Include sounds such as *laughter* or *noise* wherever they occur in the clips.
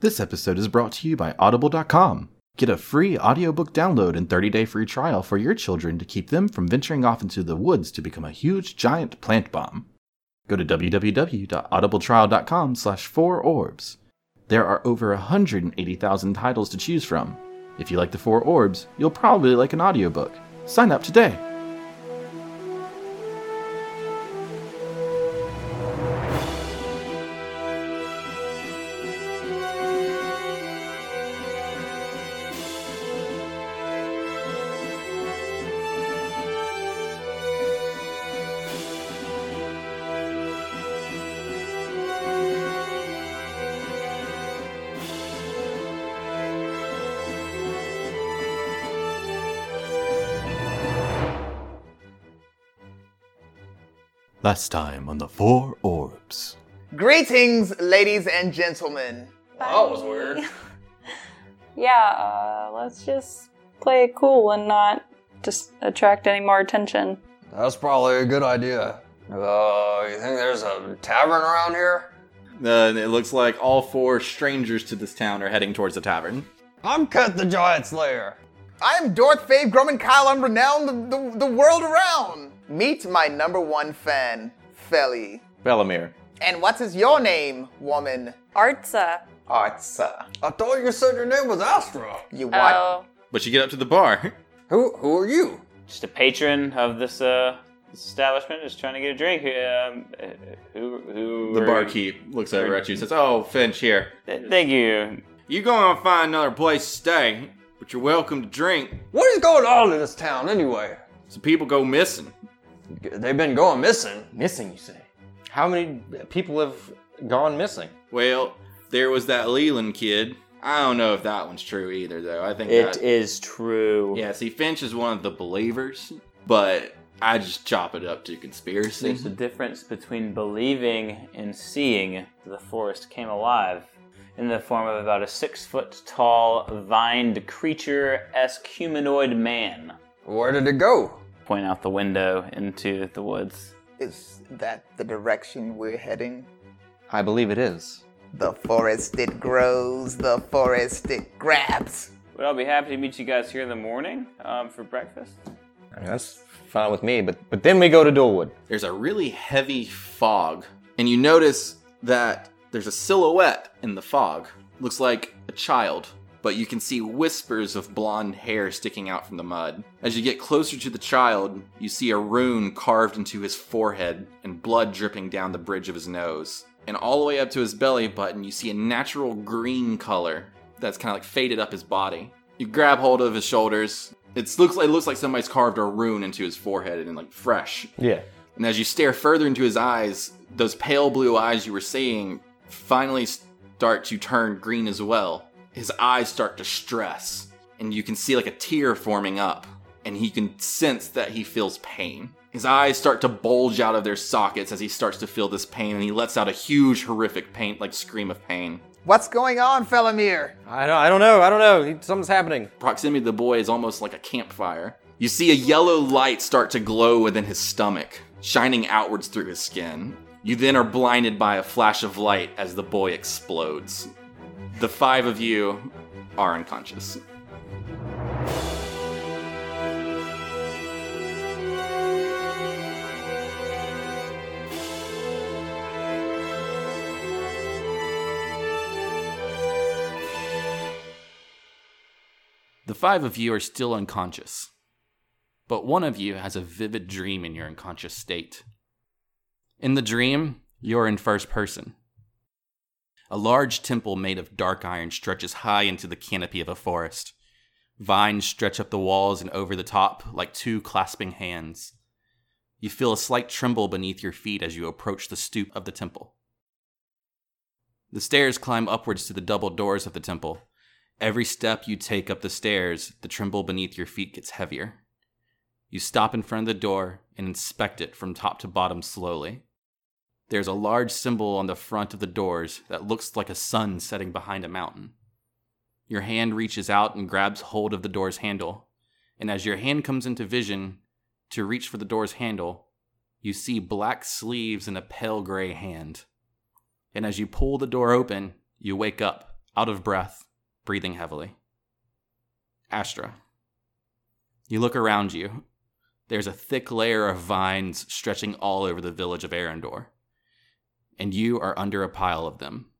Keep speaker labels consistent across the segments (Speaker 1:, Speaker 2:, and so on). Speaker 1: This episode is brought to you by Audible.com. Get a free audiobook download and 30 day free trial for your children to keep them from venturing off into the woods to become a huge giant plant bomb. Go to www.audibletrial.com slash 4orbs. There are over 180,000 titles to choose from. If you like the 4 orbs, you'll probably like an audiobook. Sign up today! Last time on the Four Orbs.
Speaker 2: Greetings, ladies and gentlemen.
Speaker 3: Well, that was weird.
Speaker 4: *laughs* yeah, uh, let's just play it cool and not just attract any more attention.
Speaker 3: That's probably a good idea. Uh, you think there's a tavern around here?
Speaker 5: Uh, and it looks like all four strangers to this town are heading towards the tavern.
Speaker 3: I'm Cut the Giant Slayer.
Speaker 2: I'm Dorth Fave Groman Kyle. I'm renowned the, the, the world around. Meet my number one fan, Feli.
Speaker 5: Bellamere.
Speaker 2: And what is your name, woman?
Speaker 4: Artsa.
Speaker 2: Artsa.
Speaker 3: I thought you said your name was Astra.
Speaker 2: You what?
Speaker 4: Oh,
Speaker 5: But you get up to the bar.
Speaker 3: Who who are you?
Speaker 6: just a patron of this uh this establishment just trying to get a drink um, uh, who who
Speaker 5: *laughs* The
Speaker 6: are-
Speaker 5: barkeep looks over at you and says, Oh, Finch here.
Speaker 6: Th- thank you
Speaker 5: You're going to find another place to stay, but you're welcome to drink.
Speaker 3: What is going on in this town anyway?
Speaker 5: Some people go missing.
Speaker 3: They've been going missing.
Speaker 7: Missing, you say? How many people have gone missing?
Speaker 5: Well, there was that Leland kid. I don't know if that one's true either, though. I think
Speaker 6: It is
Speaker 5: that-
Speaker 6: true
Speaker 5: Yeah, see, Finch is one of the believers, but I just chop it up to conspiracy.
Speaker 6: there's the difference between believing and seeing the forest came alive in the form of about a six foot tall vined creature esque humanoid man
Speaker 3: Where did it go?
Speaker 6: point out the window into the woods
Speaker 2: Is that the direction we're heading?
Speaker 7: I believe it is.
Speaker 2: The forest it grows, the forest it grabs.
Speaker 6: but I'll be happy to meet you guys here in the morning um, for breakfast.
Speaker 7: I mean, that's fine with me, but but then we go to Dualwood.
Speaker 5: there's a really heavy fog, and you notice that there's a silhouette in the fog. Looks like a child, but you can see whispers of blonde hair sticking out from the mud. As you get closer to the child, you see a rune carved into his forehead and blood dripping down the bridge of his nose. And all the way up to his belly button, you see a natural green color that's kind of like faded up his body. You grab hold of his shoulders. It's looks like it looks like somebody's carved a rune into his forehead and like fresh.
Speaker 7: Yeah.
Speaker 5: And as you stare further into his eyes, those pale blue eyes you were seeing finally start to turn green as well. His eyes start to stress, and you can see like a tear forming up, and he can sense that he feels pain. His eyes start to bulge out of their sockets as he starts to feel this pain, and he lets out a huge, horrific pain, like scream of pain.
Speaker 2: What's going on, Felomir?
Speaker 7: I don't, I don't know. I don't know. Something's happening.
Speaker 5: Proximity to the boy is almost like a campfire. You see a yellow light start to glow within his stomach, shining outwards through his skin. You then are blinded by a flash of light as the boy explodes. The five of you are unconscious. The five of you are still unconscious, but one of you has a vivid dream in your unconscious state. In the dream, you're in first person. A large temple made of dark iron stretches high into the canopy of a forest. Vines stretch up the walls and over the top like two clasping hands. You feel a slight tremble beneath your feet as you approach the stoop of the temple. The stairs climb upwards to the double doors of the temple, Every step you take up the stairs, the tremble beneath your feet gets heavier. You stop in front of the door and inspect it from top to bottom slowly. There's a large symbol on the front of the doors that looks like a sun setting behind a mountain. Your hand reaches out and grabs hold of the door's handle, and as your hand comes into vision to reach for the door's handle, you see black sleeves and a pale gray hand. And as you pull the door open, you wake up, out of breath, breathing heavily. Astra. You look around you. There's a thick layer of vines stretching all over the village of Arendor, and you are under a pile of them.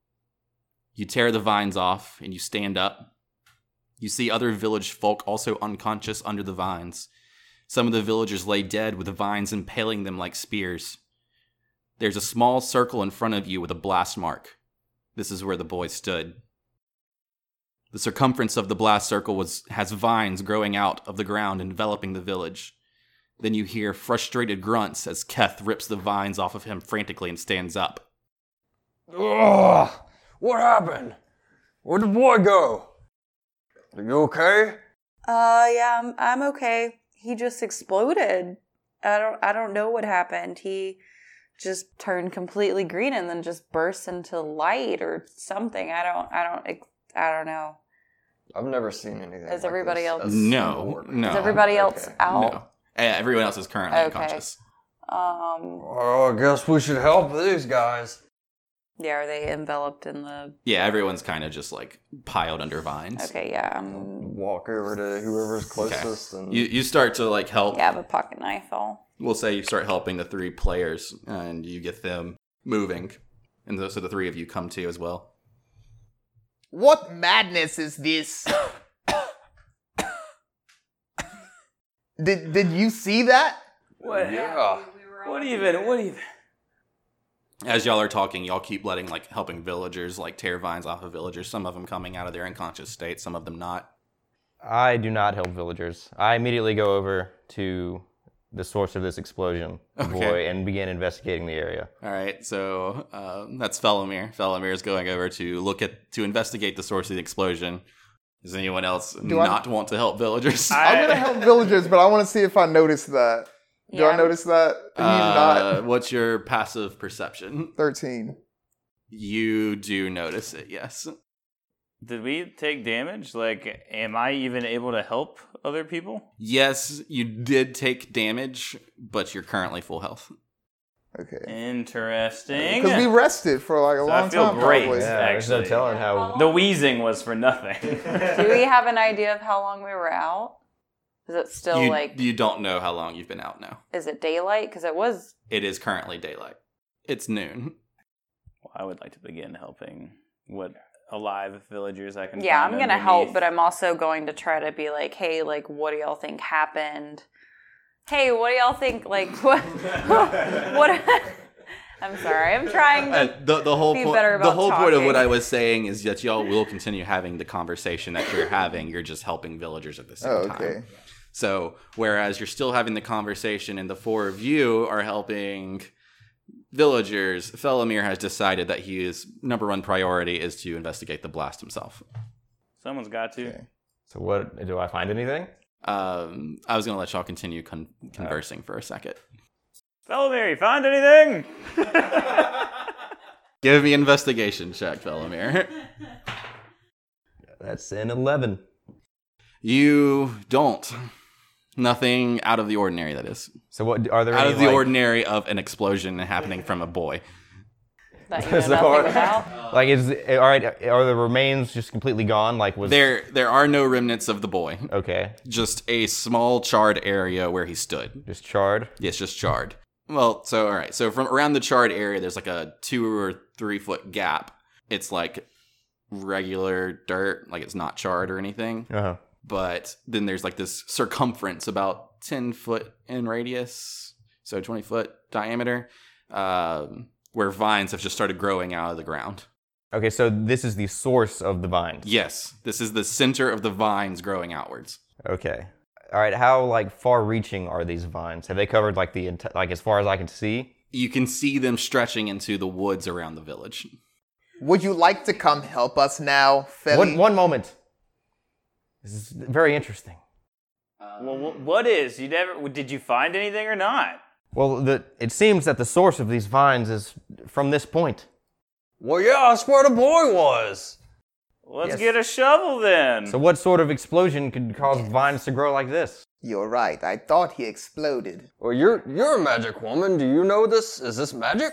Speaker 5: You tear the vines off and you stand up. You see other village folk also unconscious under the vines. Some of the villagers lay dead with the vines impaling them like spears. There's a small circle in front of you with a blast mark. This is where the boy stood. The circumference of the blast circle was, has vines growing out of the ground enveloping the village. Then you hear frustrated grunts as Keth rips the vines off of him frantically and stands up.
Speaker 3: Ugh, what happened? Where'd the boy go? Are you okay?
Speaker 8: Uh, yeah, I'm, I'm okay. He just exploded. I don't, I don't know what happened. He just turned completely green and then just burst into light or something. I don't, I don't, ex- I don't know.
Speaker 3: I've never seen anything.
Speaker 8: Is
Speaker 3: like
Speaker 8: everybody
Speaker 3: this.
Speaker 8: else-
Speaker 3: That's
Speaker 5: No,
Speaker 3: work.
Speaker 5: no.
Speaker 8: Is everybody else
Speaker 3: okay.
Speaker 5: No.
Speaker 8: out?
Speaker 5: Eh, Everyone else is currently
Speaker 8: Okay.
Speaker 5: unconscious.
Speaker 8: Um,
Speaker 3: Oh, I guess we should help these guys.
Speaker 8: yeah, are they enveloped in the?
Speaker 5: Yeah, everyone's kind of just like piled under vines.
Speaker 8: Okay, yeah, um, I'm,
Speaker 3: Walk over to whoever's closest and
Speaker 5: You you start to like help.
Speaker 8: yeah, I have a pocket knife. All
Speaker 5: We'll say you start helping the three players and you get them moving, and those so the three of you come to as well.
Speaker 2: What madness is *coughs* this? did did you see that?
Speaker 6: What?
Speaker 3: yeah.
Speaker 6: What even? What even?
Speaker 5: As y'all are talking, y'all keep letting like helping villagers like tear vines off of villagers. Some of them coming out of their unconscious state, some of them not.
Speaker 7: I do not help villagers. I immediately go over to the source of this explosion, the
Speaker 5: Okay.
Speaker 7: boy, and begin investigating the area.
Speaker 5: All right, so um, that's Felomir. Felomir is going over to look at to investigate the source of the explosion. Does anyone else
Speaker 2: I-
Speaker 5: not want to help
Speaker 2: *laughs*
Speaker 5: villagers?
Speaker 2: I'm gonna help villagers, but I want to see if I notice that. Do
Speaker 8: Yeah,
Speaker 2: I
Speaker 8: I'm-
Speaker 2: notice that? He's
Speaker 5: *laughs* Uh,
Speaker 2: not
Speaker 5: What's your passive perception?
Speaker 2: thirteen.
Speaker 5: You do notice it, yes.
Speaker 6: Did we take damage? Like, am I even able to help other people?
Speaker 5: Yes, you did take damage, but you're currently full health.
Speaker 2: Okay.
Speaker 6: Interesting.
Speaker 2: Because we rested for like a
Speaker 6: I
Speaker 2: long
Speaker 6: feel
Speaker 2: time.
Speaker 6: great.
Speaker 2: probably.
Speaker 6: Yeah.
Speaker 7: there's no
Speaker 6: Actually.
Speaker 7: telling how.
Speaker 6: the wheezing was for nothing. *laughs*
Speaker 8: do we have an idea of how long we were out? Is it still
Speaker 5: you,
Speaker 8: like?
Speaker 5: you don't know how long you've been out now.
Speaker 8: Is it daylight? Because it was.
Speaker 5: It is currently daylight. It's noon.
Speaker 6: Well, I would like to begin helping what alive villagers I can.
Speaker 8: Yeah,
Speaker 6: find
Speaker 8: I'm gonna
Speaker 6: underneath.
Speaker 8: help, but I'm also going to try to be like, hey, like, what do y'all think happened? Hey, what do y'all think? Like, *laughs* what? what? *laughs* I'm sorry. I'm trying
Speaker 5: Uh,
Speaker 8: to.
Speaker 5: the, the whole
Speaker 8: Be
Speaker 5: point,
Speaker 8: better
Speaker 5: the
Speaker 8: about
Speaker 5: whole point of what
Speaker 8: talking.
Speaker 5: I was saying is that y'all will continue having the conversation that you're having. You're just helping villagers at the same
Speaker 2: Oh,
Speaker 5: time.
Speaker 2: okay.
Speaker 5: So whereas you're still having the conversation, and the four of you are helping villagers, Felomir has decided that he is number one priority is to investigate the blast himself.
Speaker 6: Someone's got to.
Speaker 2: Okay.
Speaker 7: So what do I find anything?
Speaker 5: Um, I was gonna let y'all continue con- conversing for a second.
Speaker 6: Fellow Mary, found anything?
Speaker 5: Give me investigation check, Felomir.
Speaker 7: That's an eleven.
Speaker 5: you don't. Nothing out of the ordinary. That is
Speaker 7: So what are there
Speaker 5: out
Speaker 7: any,
Speaker 5: of the
Speaker 7: like-
Speaker 5: ordinary of an explosion happening from a boy.
Speaker 8: That you know
Speaker 7: So-
Speaker 8: nothing about.
Speaker 5: *laughs*
Speaker 7: Like is all right? Are the remains just completely gone? Like was
Speaker 5: There, there are no remnants of the boy.
Speaker 7: Okay,
Speaker 5: Just a small charred area where he stood.
Speaker 7: just charred.
Speaker 5: It's just charred. Well, so all right. So from around the charred area, there's like a two or three foot gap. It's like regular dirt, like it's not charred or anything.
Speaker 7: Uh huh.
Speaker 5: but then there's like this circumference about 10 foot in radius so 20 foot diameter um, where vines have just started growing out of the ground
Speaker 7: Okay, so this is the source of the vines.
Speaker 5: yes this is the center of the vines growing outwards
Speaker 7: Okay. All right. How like far-reaching are these vines? Have they covered like the enti- like as far as I can see?
Speaker 5: you can see them stretching into the woods around the village
Speaker 2: Would you like to come help us now, Feli?
Speaker 7: One one moment. This is very interesting.
Speaker 6: Well, wh- what is? You never? Did you find anything or not?
Speaker 7: Well, the it seems that the source of these vines is from this point.
Speaker 3: Well, yeah, I swear the boy was.
Speaker 6: Let's
Speaker 7: Yes.
Speaker 6: get a shovel then.
Speaker 7: So what sort of explosion could cause vines to grow like this?
Speaker 2: You're right. I thought he exploded.
Speaker 3: Well, you're you're a magic woman. Do you know this? Is this magic?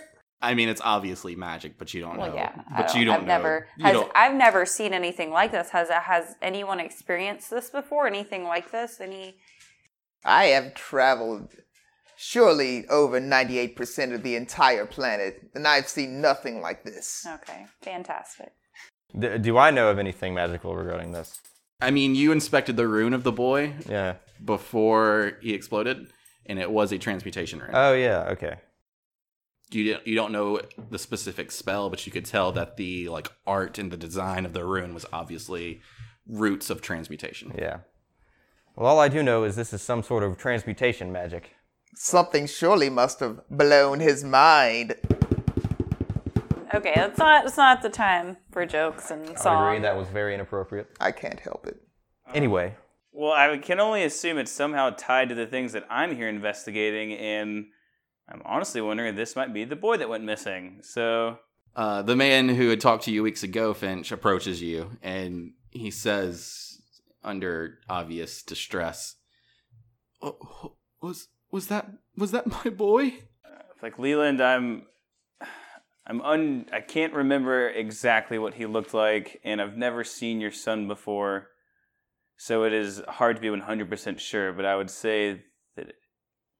Speaker 5: I mean, it's obviously magic, but you don't
Speaker 8: Well,
Speaker 5: know.
Speaker 8: yeah, I
Speaker 5: but you don't
Speaker 8: I've
Speaker 5: know.
Speaker 8: never
Speaker 5: you
Speaker 8: has
Speaker 5: don't-
Speaker 8: I've never seen anything like this. Has has anyone experienced this before? Anything like this? Any?
Speaker 2: I have traveled surely over 98% of the entire planet, and I've seen nothing like this.
Speaker 8: Okay, fantastic.
Speaker 7: D- do I know of anything magical regarding this?
Speaker 5: I mean, you inspected the rune of the boy
Speaker 7: Yeah.
Speaker 5: before he exploded, and it was a transmutation rune.
Speaker 7: Oh yeah. Okay.
Speaker 5: you don't, you don't know the specific spell, but you could tell that the like art and the design of the rune was obviously roots of transmutation.
Speaker 7: Yeah. Well, all I do know is this is some sort of transmutation magic.
Speaker 2: Something surely must have blown his mind.
Speaker 8: Okay, that's not it's not the time for jokes and
Speaker 7: I
Speaker 8: songs.
Speaker 7: agree that was very inappropriate.
Speaker 2: I can't help it.
Speaker 7: Anyway,
Speaker 6: Well, I can only assume it's somehow tied to the things that I'm here investigating, and I'm honestly wondering if this might be the boy that went missing. So,
Speaker 5: Uh, the man who had talked to you weeks ago, Finch, approaches you and he says, under obvious distress, "Oh, "Was was that was that my boy?"
Speaker 6: like Leland, I'm, I'm un, I can't remember exactly what he looked like, and I've never seen your son before, so it is hard to be 100% sure. But I would say that it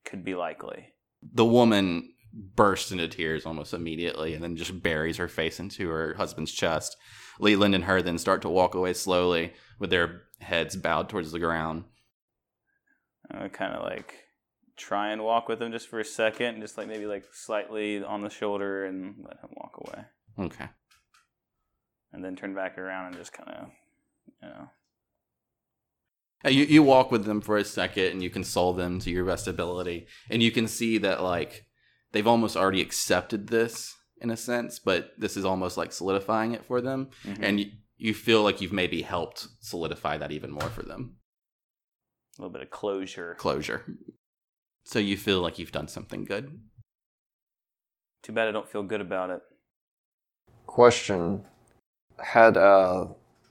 Speaker 6: could be likely.
Speaker 5: The woman bursts into tears almost immediately and then just buries her face into her husband's chest. Leland and her then start to walk away slowly with their heads bowed towards the ground.
Speaker 6: I kind of like try and walk with him just for a second, and just like maybe like slightly on the shoulder and let him walk away,
Speaker 5: Okay.
Speaker 6: and then turn back around and just kind of, you know,
Speaker 5: Uh, You you walk with them for a second and you console them to your best ability, and you can see that like they've almost already accepted this in a sense, but this is almost like solidifying it for them,
Speaker 3: Mm-hmm.
Speaker 5: and you, you feel like you've maybe helped solidify that even more for them.
Speaker 6: a little bit of closure.
Speaker 5: Closure. So you feel like you've done something good.
Speaker 6: Too bad I don't feel good about it. *laughs*
Speaker 3: Question: Had uh,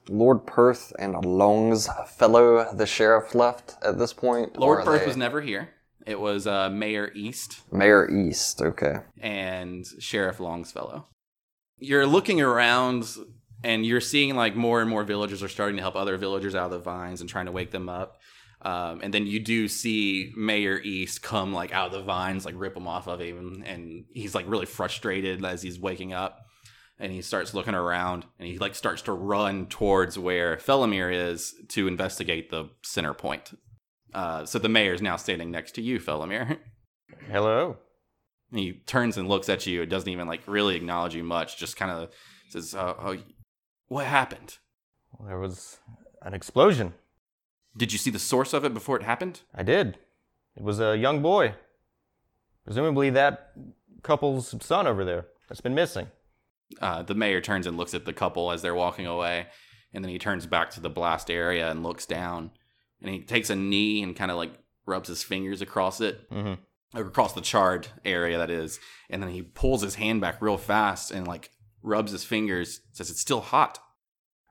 Speaker 3: Lord Perth and Longsfellow, the sheriff, left at this point? or
Speaker 5: Lord
Speaker 3: are
Speaker 5: Perth
Speaker 3: they-
Speaker 5: was never here. It was uh, Mayor East
Speaker 3: Mayor East. *laughs* Okay.
Speaker 5: and Sheriff Longsfellow. You're looking around and you're seeing like more and more villagers are starting to help other villagers out of the vines and trying to wake them up. Um, and then you do see Mayor East come like out of the vines, like rip them off of him, and he's like really frustrated as he's waking up. And he starts looking around and he like starts to run towards where Felomir is to investigate the center point. Uh, so the mayor's now standing next to you, *laughs* Felomir.
Speaker 7: hello.
Speaker 5: And he turns and looks at you. It doesn't even like really acknowledge you much. Just kind of says, uh, oh, "What happened?
Speaker 7: There was an explosion.
Speaker 5: Did you see the source of it before it happened?"
Speaker 7: I did. It was a young boy. Presumably that couple's son over there that's been missing.
Speaker 5: Uh, the mayor turns and looks at the couple as they're walking away, and then he turns back to the blast area and looks down, and he takes a knee and kind of like rubs his fingers across it,
Speaker 7: Mhm.
Speaker 5: or across the charred area that is, and then he pulls his hand back real fast and like rubs his fingers. Says it's still hot.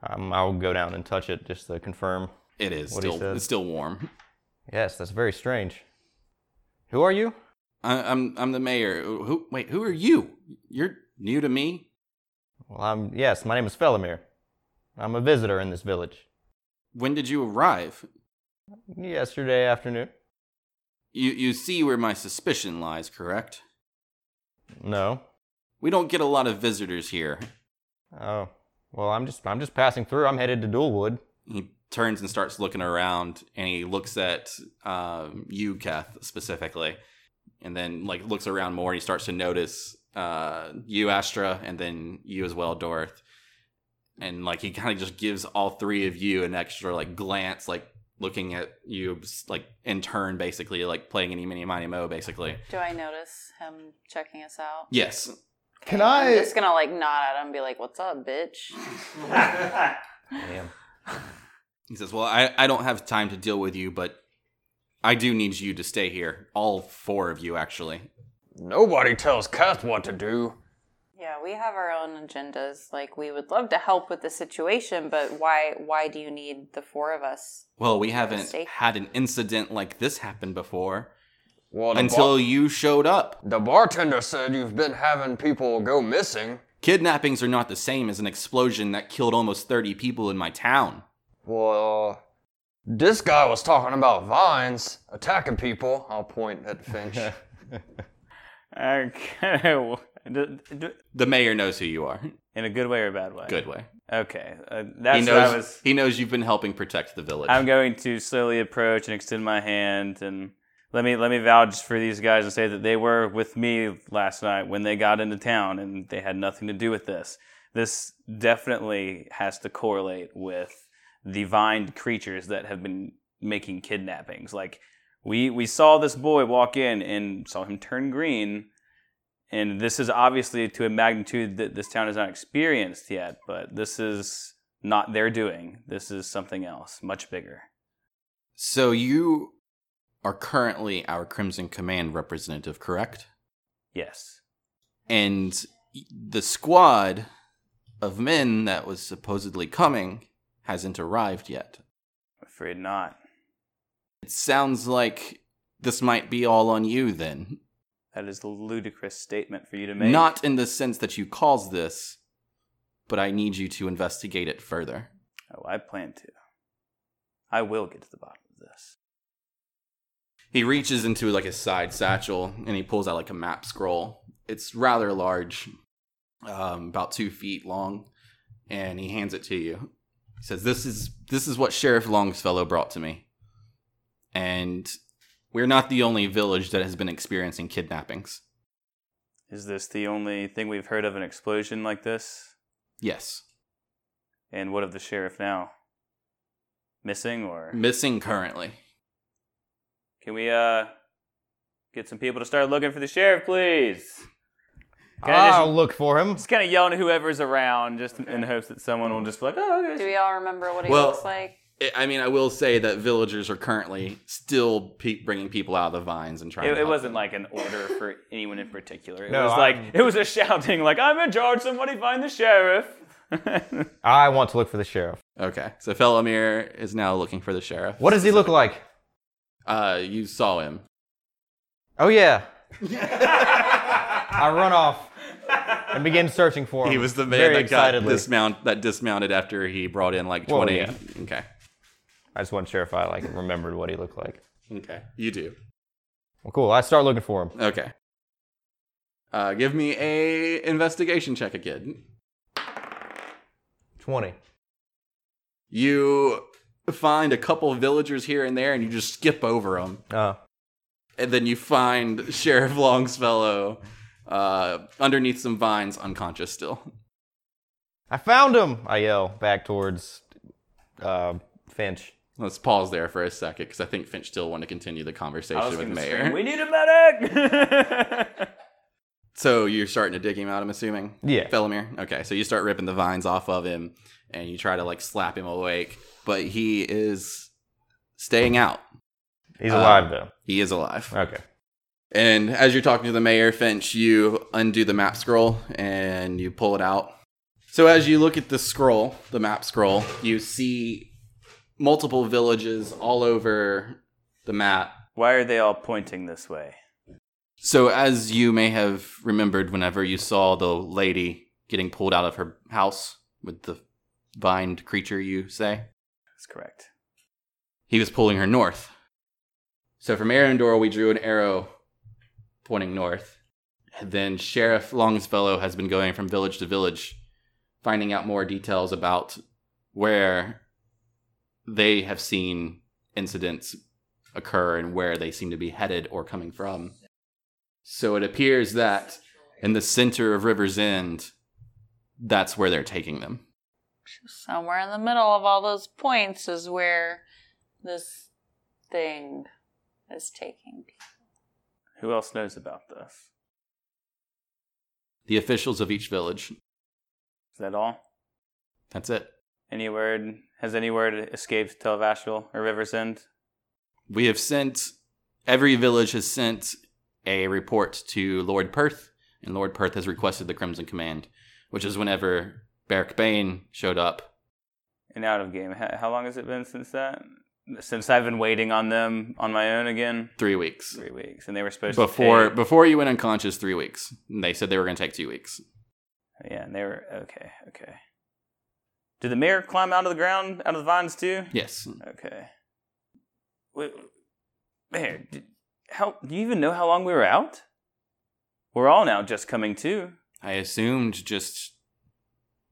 Speaker 7: Um, I'll go down and touch it just to confirm.
Speaker 5: It is
Speaker 7: What he
Speaker 5: still
Speaker 7: says.
Speaker 5: it's still warm.
Speaker 7: Yes, that's very strange. Who are you?
Speaker 5: I, I'm I'm the mayor. Who? Wait, who are you? You're new to me.
Speaker 7: Well, I'm yes. My name is Felomir. I'm a visitor in this village.
Speaker 5: When did you arrive?
Speaker 7: Yesterday afternoon.
Speaker 5: You you see where my suspicion lies, correct?
Speaker 7: No.
Speaker 5: We don't get a lot of visitors here.
Speaker 7: Oh. Well, I'm just I'm just passing through. I'm headed to Dualwood.
Speaker 5: He turns and starts looking around, and he looks at um, you, Keth, specifically, and then like looks around more. And he starts to notice uh, you, Astra, and then you as well, Dorth. And like he kind of just gives all three of you an extra like glance, like looking at you, like in turn, basically, like playing any mini miny mo, basically.
Speaker 8: Do I notice him checking us out?
Speaker 5: Yes,
Speaker 2: Can
Speaker 8: I'm
Speaker 2: I-
Speaker 8: just gonna like nod at him, and be like, "What's up, bitch?"
Speaker 7: Damn.
Speaker 5: He says, Well, I, I don't have time to deal with you, but I do need you to stay here. All four of you, actually.
Speaker 3: Nobody tells Kath what to do.
Speaker 8: Yeah, we have our own agendas. Like, we would love to help with the situation, but why? Why do you need the four of us?
Speaker 5: Well, we haven't
Speaker 8: Stay-
Speaker 5: had an incident like this happen before.
Speaker 3: Well, the
Speaker 5: until
Speaker 3: bar-
Speaker 5: you showed up.
Speaker 3: the bartender said you've been having people go missing.
Speaker 5: Kidnappings are not the same as an explosion that killed almost 30 people in my town.
Speaker 3: Well, this guy was talking about vines attacking people. I'll point at Finch.
Speaker 6: I kinda- d- d-
Speaker 5: The mayor knows who you are.
Speaker 6: In a good way or a bad way?
Speaker 5: Good way.
Speaker 6: Okay. Uh, that's
Speaker 5: he
Speaker 6: what
Speaker 5: knows
Speaker 6: I was.
Speaker 5: he knows you've been helping protect the village.
Speaker 6: I'm going to slowly approach and extend my hand and let me let me vouch for these guys and say that they were with me last night when they got into town and they had nothing to do with this. This definitely has to correlate with the vined creatures that have been making kidnappings. Like we we saw this boy walk in and saw him turn green. And this is obviously to a magnitude that this town has not experienced yet, but this is not their doing. This is something else, much bigger.
Speaker 5: so you are currently our Crimson Command representative, correct?
Speaker 6: Yes.
Speaker 5: and the squad of men that was supposedly coming hasn't arrived yet.
Speaker 6: Afraid not.
Speaker 5: It sounds like this might be all on you then.
Speaker 6: That is a ludicrous statement for you to make.
Speaker 5: Not in the sense that you caused this, but I need you to investigate it further.
Speaker 6: Oh, I plan to. I will get to the bottom of this.
Speaker 5: He reaches into like his side satchel and he pulls out like a map scroll. It's rather large, um, about two feet long, and he hands it to you. He says, "This is this is what Sheriff Longsfellow brought to me, and we're not the only village that has been experiencing kidnappings.
Speaker 6: Is this the only thing we've heard of an explosion like this?
Speaker 5: Yes,
Speaker 6: And what of the sheriff now? Missing or
Speaker 5: missing currently.
Speaker 6: can we uh get some people to start looking for the sheriff, please? Can I
Speaker 7: I'll
Speaker 6: just,
Speaker 7: look for him.
Speaker 6: just kind of yelling at whoever's around, just in hopes that someone will just be like, oh, okay,
Speaker 4: Do we all remember what he
Speaker 5: Well-
Speaker 4: looks like?
Speaker 5: I- I mean, I will say that villagers are currently still pe- bringing people out of the vines and trying. to
Speaker 6: It, it
Speaker 5: help
Speaker 6: wasn't like an order for anyone in particular. It
Speaker 7: No,
Speaker 6: was like
Speaker 7: I'm-
Speaker 6: it was a shouting, like "I'm in charge! Somebody find the
Speaker 5: *laughs*
Speaker 6: sheriff!"
Speaker 7: I want to look for the sheriff.
Speaker 5: Okay, so Felomir is now looking for the sheriff.
Speaker 7: What does he look like?
Speaker 5: Uh, you saw him. *laughs*
Speaker 7: Oh yeah. I run off and begin searching for him.
Speaker 5: He was the man
Speaker 7: very
Speaker 5: that
Speaker 7: excitedly.
Speaker 5: got dismount that dismounted after he brought in like
Speaker 7: Well,
Speaker 5: twenty.
Speaker 7: yeah.
Speaker 5: Okay,
Speaker 7: I just wasn't sure if I like remembered what he looked like.
Speaker 5: okay, you do.
Speaker 7: Well, cool. I start looking for him.
Speaker 5: Okay. Uh, give me a investigation check again.
Speaker 7: Twenty.
Speaker 5: You find a couple of villagers here and there, and you just skip over them,
Speaker 7: Uh,
Speaker 5: and then you find *laughs* Sheriff Longsfellow uh, underneath some vines, unconscious still.
Speaker 7: I found him. I yell back towards uh, Finch.
Speaker 5: Let's pause there for a second because I think Finch still wanted to continue the
Speaker 6: I was
Speaker 5: conversation with
Speaker 6: gonna
Speaker 5: Mayor.
Speaker 6: scream, we need a medic. *laughs*
Speaker 5: So you're starting to dig him out, I'm assuming?
Speaker 7: Yeah.
Speaker 5: Felomir? Okay, so you start ripping the vines off of him and you try to like slap him awake, but he is staying out.
Speaker 7: He's
Speaker 5: Uh,
Speaker 7: alive though.
Speaker 5: He is alive.
Speaker 7: Okay.
Speaker 5: And as you're talking to the mayor, Finch, you undo the map scroll and you pull it out. So as you look at the scroll, the map scroll, you see multiple villages all over the map
Speaker 6: Why are they all pointing this way?
Speaker 5: So, as you may have remembered, whenever you saw the lady getting pulled out of her house with the vined creature, you say,
Speaker 6: That's correct.
Speaker 5: he was pulling her north. So, from Arendor, we drew an arrow pointing north. And then Sheriff Longsfellow has been going from village to village, finding out more details about where they have seen incidents occur and where they seem to be headed or coming from. So it appears that in the center of River's End, that's where they're taking them.
Speaker 4: Somewhere in the middle of all those points is where this thing is taking people.
Speaker 6: Who else knows about this?
Speaker 5: The officials of each village.
Speaker 6: Is that all?
Speaker 5: That's it.
Speaker 6: Any word has any word escaped Telvashal or Riversend?
Speaker 5: We have sent, every village has sent a report to Lord Perth, and Lord Perth has requested the Crimson Command, which is whenever Beric Bane showed up.
Speaker 6: And out of game. How, how long has it been since that? since I've been waiting on them on my own again.
Speaker 5: Three weeks.
Speaker 6: Three weeks, and they were supposed
Speaker 5: Before
Speaker 6: to
Speaker 5: before you went unconscious, three weeks. And they said they were going to take two weeks.
Speaker 6: pay. Yeah, and they were okay. Okay. Did the mayor climb out of the ground, out of the vines too?
Speaker 5: Yes.
Speaker 6: Okay. Wait, Mayor, did, how do you even know how long we were out? We're all now just coming to.
Speaker 5: I assumed just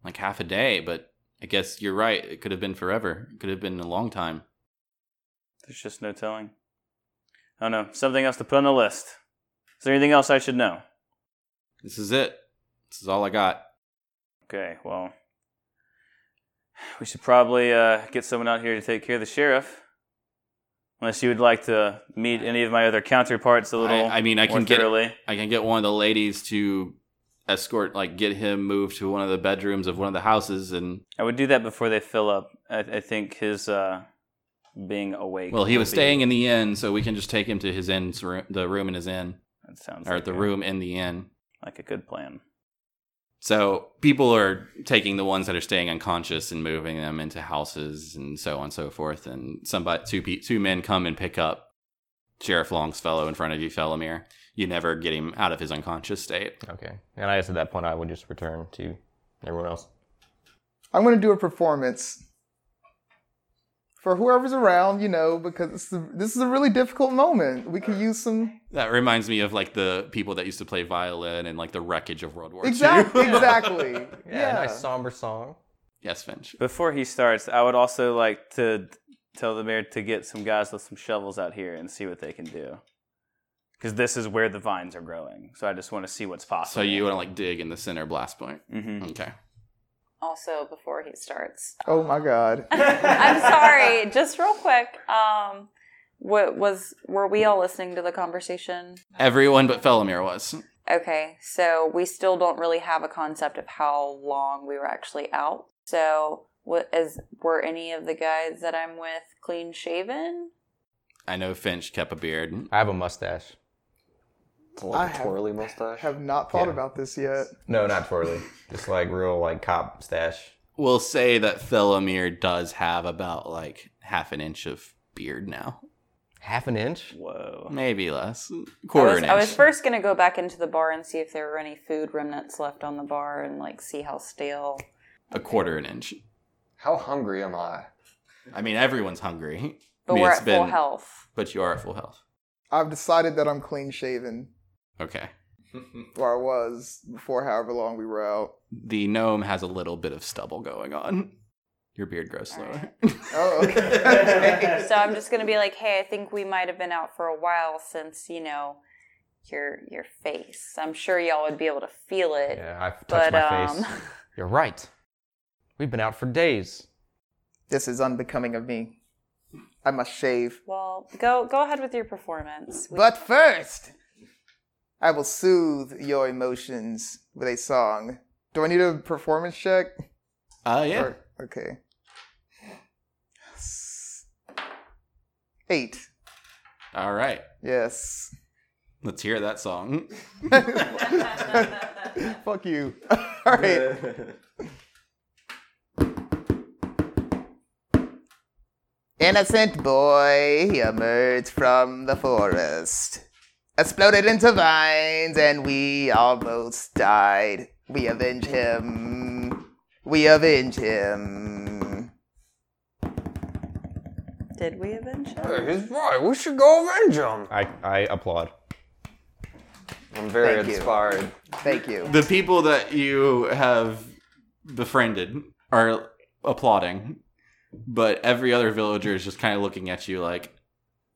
Speaker 5: like half a day, but I guess you're right. It could have been forever. It could have been a long time.
Speaker 6: There's just no telling. I don't know. Something else to put on the list. Is there anything else I should know?
Speaker 5: This is it. This is all I got.
Speaker 6: Okay, well, we should probably uh, get someone out here to take care of the sheriff. Unless you would like to meet any of my other counterparts a little.
Speaker 5: I, I mean, I
Speaker 6: more
Speaker 5: can get
Speaker 6: thoroughly.
Speaker 5: I can get one of the ladies to escort, like get him moved to one of the bedrooms of one of the houses, and
Speaker 6: I would do that before they fill up. I, I think his uh, being awake.
Speaker 5: well, he
Speaker 6: will
Speaker 5: was
Speaker 6: be-
Speaker 5: staying in the inn, so we can just take him to his inn's room, the room in his inn,
Speaker 6: That sounds
Speaker 5: or
Speaker 6: like
Speaker 5: the
Speaker 6: a-
Speaker 5: room in the inn.
Speaker 6: like a good plan.
Speaker 5: So people are taking the ones that are staying unconscious and moving them into houses and so on and so forth. And somebody, two pe- two men come and pick up Sheriff Longsfellow in front of you, Felomir. You never get him out of his unconscious state.
Speaker 7: Okay. And I guess at that point I would just return to everyone else.
Speaker 2: I'm gonna do a performance for whoever's around, you know, because this is a, this is a really difficult moment. We could use some
Speaker 5: That reminds me of like the people that used to play violin and like the wreckage of World War
Speaker 2: exactly,
Speaker 7: *laughs*
Speaker 5: II.
Speaker 2: exactly. yeah,
Speaker 7: Yeah, nice somber song.
Speaker 5: yes, Finch.
Speaker 6: Before he starts, I would also like to tell the mayor to get some guys with some shovels out here and see what they can do. Because this is where the vines are growing. So I just want to see what's
Speaker 5: So
Speaker 6: possible.
Speaker 5: you want to like dig in the center blast point?
Speaker 6: hmm
Speaker 5: Okay.
Speaker 4: Also, before he starts,
Speaker 2: Oh my god.
Speaker 4: I'm sorry. Just real quick. Um, what was were we all listening to the conversation?
Speaker 5: Everyone but Felomir was.
Speaker 4: Okay, so we still don't really have a concept of how long we were actually out. So, what is were any of the guys that I'm with clean shaven?
Speaker 5: I know Finch kept a beard.
Speaker 7: I have a mustache.
Speaker 3: It's like
Speaker 2: I
Speaker 3: a
Speaker 2: have-
Speaker 3: twirly mustache.
Speaker 2: Have not thought
Speaker 7: Yeah.
Speaker 2: about this yet.
Speaker 7: No, not twirly. just like real like cop stash.
Speaker 5: We'll say that Felomir does have about like half an inch of beard now.
Speaker 7: Half an inch?
Speaker 6: Whoa.
Speaker 5: Maybe less.
Speaker 4: I
Speaker 5: Quarter
Speaker 4: was,
Speaker 5: an inch.
Speaker 4: I was first gonna go back into the bar and see if there were any food remnants left on the bar and like see how stale.
Speaker 5: a quarter an inch.
Speaker 3: How hungry am I?
Speaker 5: I mean, everyone's hungry. I
Speaker 4: But
Speaker 5: mean,
Speaker 4: we're
Speaker 5: it's
Speaker 4: at full
Speaker 5: been-
Speaker 4: health.
Speaker 5: But you are at full health.
Speaker 2: I've decided that I'm clean shaven,
Speaker 5: Okay.
Speaker 2: or I was before however long we were out.
Speaker 5: The gnome has a little bit of stubble going on. Your beard grows slower.
Speaker 2: Oh,
Speaker 7: *laughs*
Speaker 2: okay.
Speaker 4: So I'm just gonna be like, hey, I think we might have been out for a while since you know your your face. I'm sure y'all would be able to feel it.
Speaker 7: Yeah, I've touched
Speaker 4: But
Speaker 7: my
Speaker 4: um,
Speaker 7: face. You're right. We've been out for days.
Speaker 2: this is unbecoming of me. I must shave.
Speaker 4: well, go go ahead with your performance.
Speaker 2: But first, I will soothe your emotions with a song. Do I need a performance check?
Speaker 5: *laughs* uh, yeah.
Speaker 2: Or- okay. S- Eight.
Speaker 5: All right.
Speaker 2: Yes.
Speaker 5: Let's hear that song.
Speaker 2: Fuck you. *laughs* All right. *laughs* Innocent boy he emerged from the forest, exploded into vines, and we almost died. We avenge him. We avenge him.
Speaker 4: Did we eventually?
Speaker 3: *laughs* He's right. We should go avenge him.
Speaker 7: I, I *laughs* applaud.
Speaker 3: I'm very
Speaker 2: Thank you.
Speaker 3: inspired.
Speaker 2: Thank you.
Speaker 5: The people that you have befriended are applauding, but every other villager is just kind of looking at you like,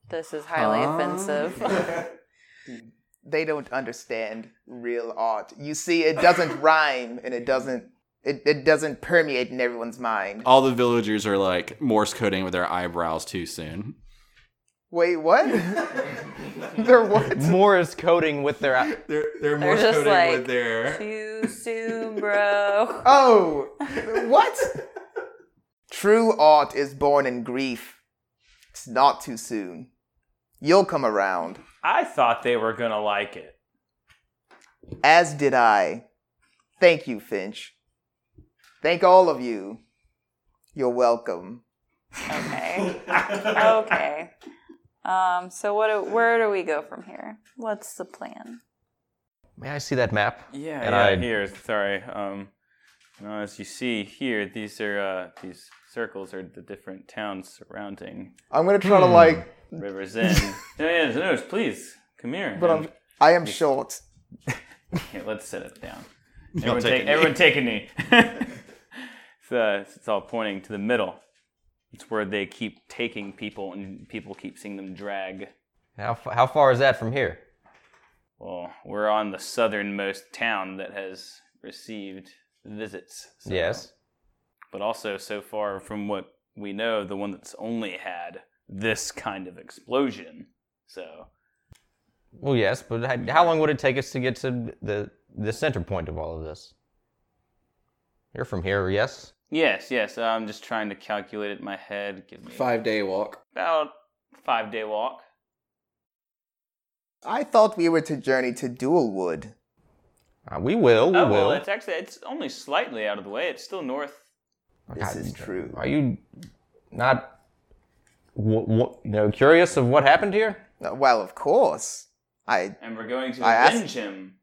Speaker 4: This is highly
Speaker 7: Um,
Speaker 5: Huh?
Speaker 7: *laughs*
Speaker 4: offensive.
Speaker 2: They don't understand real art. You see, it doesn't *laughs* rhyme and it doesn't it, it doesn't permeate in everyone's mind.
Speaker 5: all the villagers are like Morse coding with their eyebrows too soon.
Speaker 2: Wait,
Speaker 7: *laughs*
Speaker 2: what? They're what?
Speaker 7: Morris coding with their eye-
Speaker 5: They're, they're
Speaker 4: They're
Speaker 5: Morse
Speaker 4: just
Speaker 5: coding
Speaker 4: like
Speaker 5: with their
Speaker 4: too soon, bro.
Speaker 2: Oh,
Speaker 7: *laughs*
Speaker 2: what? True art is born in grief. It's not too soon. You'll come around,
Speaker 6: I thought they were going to like it.
Speaker 2: as did I. Thank you, Finch. Thank all of you. You're welcome.
Speaker 4: Okay. okay. Um, so what? Do, where do we go from here? What's the plan?
Speaker 7: May I see that map?
Speaker 6: Yeah,
Speaker 7: And
Speaker 6: yeah.
Speaker 7: I-
Speaker 6: Here, sorry. Um, now, as you see here, these are uh, these circles are the different towns surrounding
Speaker 2: I'm gonna try to
Speaker 7: Hmm.
Speaker 2: like,
Speaker 6: River's End. no, yeah, no, please come here.
Speaker 2: but I'm I am short.
Speaker 6: Here, let's set it down. Everyone
Speaker 5: take
Speaker 6: take,
Speaker 5: a knee.
Speaker 6: everyone take a knee. it's, uh, it's all pointing to the middle. It's where they keep taking people, and people keep seeing them drag.
Speaker 7: How, f- how far is that from here?
Speaker 6: Well, we're on the southernmost town that has received visits. so-
Speaker 7: Yes.
Speaker 6: But also, so far from what we know, the one that's only had this kind of explosion. So,
Speaker 7: Well, yes, but how, how long would it take us to get to the the center point of all of this? You're from here, yes?
Speaker 6: yes, yes, I'm just trying to calculate it in my head. Give me
Speaker 9: Five day walk.
Speaker 6: about five day walk.
Speaker 2: I thought we were to journey to Dualwood.
Speaker 7: Uh, we will. We
Speaker 6: oh,
Speaker 7: will.
Speaker 6: well, it's actually it's only slightly out of the way. It's still north.
Speaker 2: This
Speaker 7: God,
Speaker 2: is true.
Speaker 7: Are you not w- w- you know curious of what happened here?
Speaker 2: Uh, Well, of course. I
Speaker 6: And we're going to
Speaker 2: I asked-
Speaker 6: avenge him.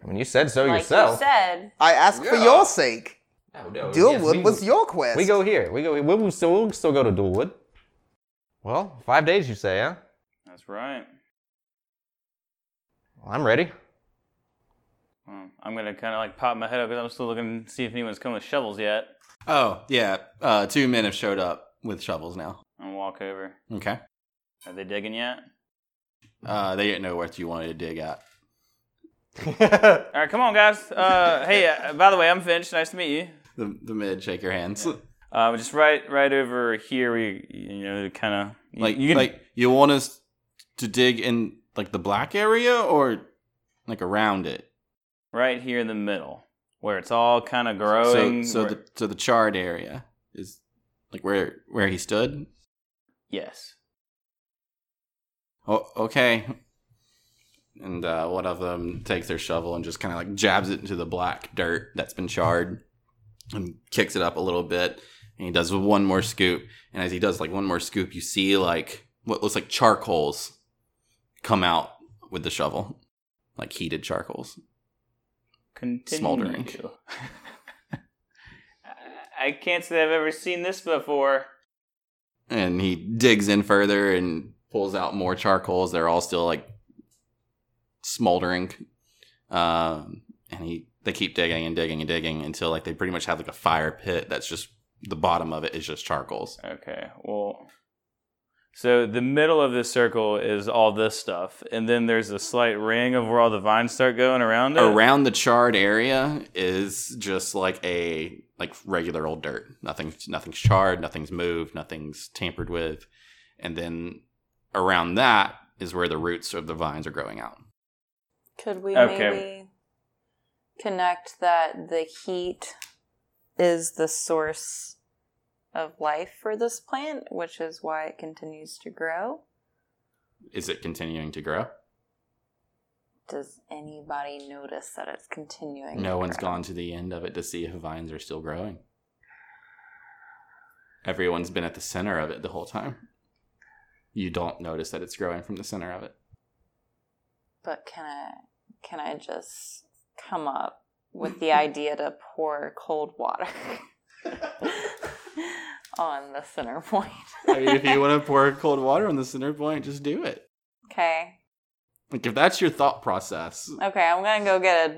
Speaker 7: I mean, you said so
Speaker 4: Like you
Speaker 7: yourself.
Speaker 4: said,
Speaker 2: I ask for
Speaker 9: Yeah.
Speaker 2: your sake.
Speaker 7: no, no, yes,
Speaker 2: Dualwood
Speaker 7: we-
Speaker 2: was your quest.
Speaker 7: We go here. We go. We'll, we'll still we'll still go to Dualwood. Well, five days, you say, huh?
Speaker 6: That's right.
Speaker 7: Well, I'm ready.
Speaker 6: Well, I'm gonna kind of like pop my head up because I'm still looking to see if anyone's come with shovels yet.
Speaker 5: Oh, yeah. Uh, two men have showed up with shovels now.
Speaker 6: And walk over.
Speaker 5: Okay.
Speaker 6: Are they digging yet?
Speaker 5: Uh, they didn't know what you wanted to dig at.
Speaker 6: All right, come on, guys.
Speaker 5: *laughs*
Speaker 6: Uh, hey, uh, by the way, I'm Finch. Nice to meet you.
Speaker 5: The, the mid shake your hands.
Speaker 6: Um, just right, right over here. We, you know, kind of
Speaker 5: Like
Speaker 6: you can,
Speaker 5: like you want us to dig in like the black area or like around it.
Speaker 6: right here in the middle where it's all kind of
Speaker 5: So
Speaker 6: growing.
Speaker 5: so the so the charred area is like where where he stood.
Speaker 6: yes,
Speaker 5: Oh, okay. And uh, one of them takes their shovel and just kind of like jabs it into the black dirt that's been charred and kicks it up a little bit. And he does one more scoop. And as he does like one more scoop, you see like what looks like charcoals come out with the shovel, like heated charcoals.
Speaker 6: continue.
Speaker 5: Smoldering.
Speaker 6: I- *laughs* I can't say I've ever seen this before.
Speaker 5: And he digs in further and pulls out more charcoals. They're all still like smoldering. Um, and he they keep digging and digging and digging until like they pretty much have like a fire pit that's just the bottom of it is just charcoals.
Speaker 6: Okay, well, so the middle of this circle is all this stuff, and then there's a slight ring of where all the vines start going around it.
Speaker 5: Around the charred area is just like a like regular old dirt. Nothing nothing's charred, nothing's moved, nothing's tampered with. And then around that is where the roots of the vines are growing out.
Speaker 4: could we
Speaker 6: Okay.
Speaker 4: maybe connect that the heat is the source of life for this plant, which is why it continues to grow?
Speaker 5: Is it continuing to grow?
Speaker 4: Does anybody notice that it's continuing?
Speaker 5: No
Speaker 4: to
Speaker 5: one's
Speaker 4: grow?
Speaker 5: gone to the end of it to see if vines are still growing. Everyone's been at the center of it the whole time. You don't notice that it's growing from the center of it.
Speaker 4: But can I can I just come up with the idea to pour cold water *laughs* on the center point?
Speaker 5: I mean, if you want to pour cold water on the center point, just do it.
Speaker 4: *laughs* okay.
Speaker 5: Like, if that's your thought process,
Speaker 4: Okay, I'm gonna go get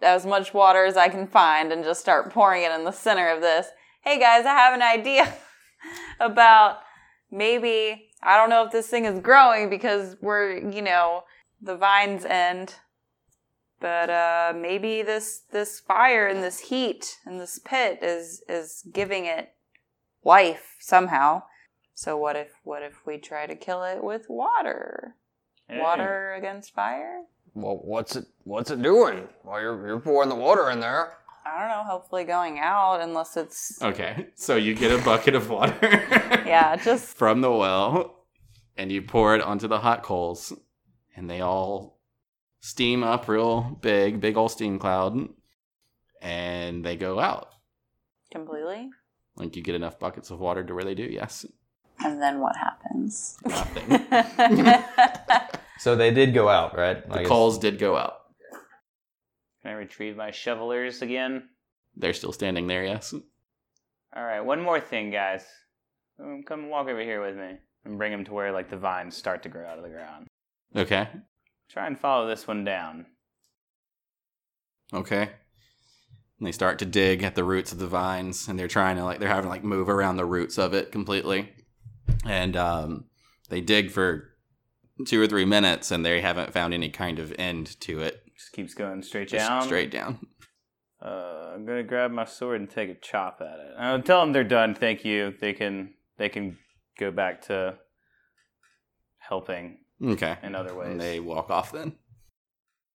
Speaker 4: a, as much water as I can find and just start pouring it in the center of this. Hey guys, I have an idea *laughs* about maybe I don't know if this thing is growing because we're you know the vines end, but uh, maybe this this fire and this heat and this pit is is giving it life somehow. So what if what if we try to kill it with water?
Speaker 6: Hey.
Speaker 4: Water against fire.
Speaker 3: Well, what's it? What's it doing? Well, you're you're pouring the water in there.
Speaker 4: I don't know, hopefully going out unless it's
Speaker 5: okay. So you get a bucket of water. *laughs*
Speaker 4: yeah, just
Speaker 5: From the well, and you pour it onto the hot coals, and they all steam up real big, big old steam cloud, and they go out.
Speaker 4: completely.
Speaker 5: Like you get enough buckets of water to where they do, yes.
Speaker 4: And then what happens?
Speaker 5: *laughs*
Speaker 4: *laughs*
Speaker 5: Nothing.
Speaker 7: So they did go out, right?
Speaker 5: the coals did go out.
Speaker 6: Can I retrieve my shovelers again?
Speaker 5: They're still standing there, yes.
Speaker 6: All right, one more thing, guys. Um, come walk over here with me and bring him to where like the vines start to grow out of the ground.
Speaker 5: Okay.
Speaker 6: Try and follow this one down.
Speaker 5: Okay. And they start to dig at the roots of the vines and they're trying to like they're having to like move around the roots of it completely. And um they dig for two or three minutes and they haven't found any kind of end to it.
Speaker 6: Just keeps going straight
Speaker 5: Just
Speaker 6: down.
Speaker 5: straight down.
Speaker 6: Uh, I'm gonna grab my sword and take a chop at it. Uh, tell them they're done. Thank you. They can they can go back to helping
Speaker 5: Okay.
Speaker 6: in other ways.
Speaker 5: And they walk off then.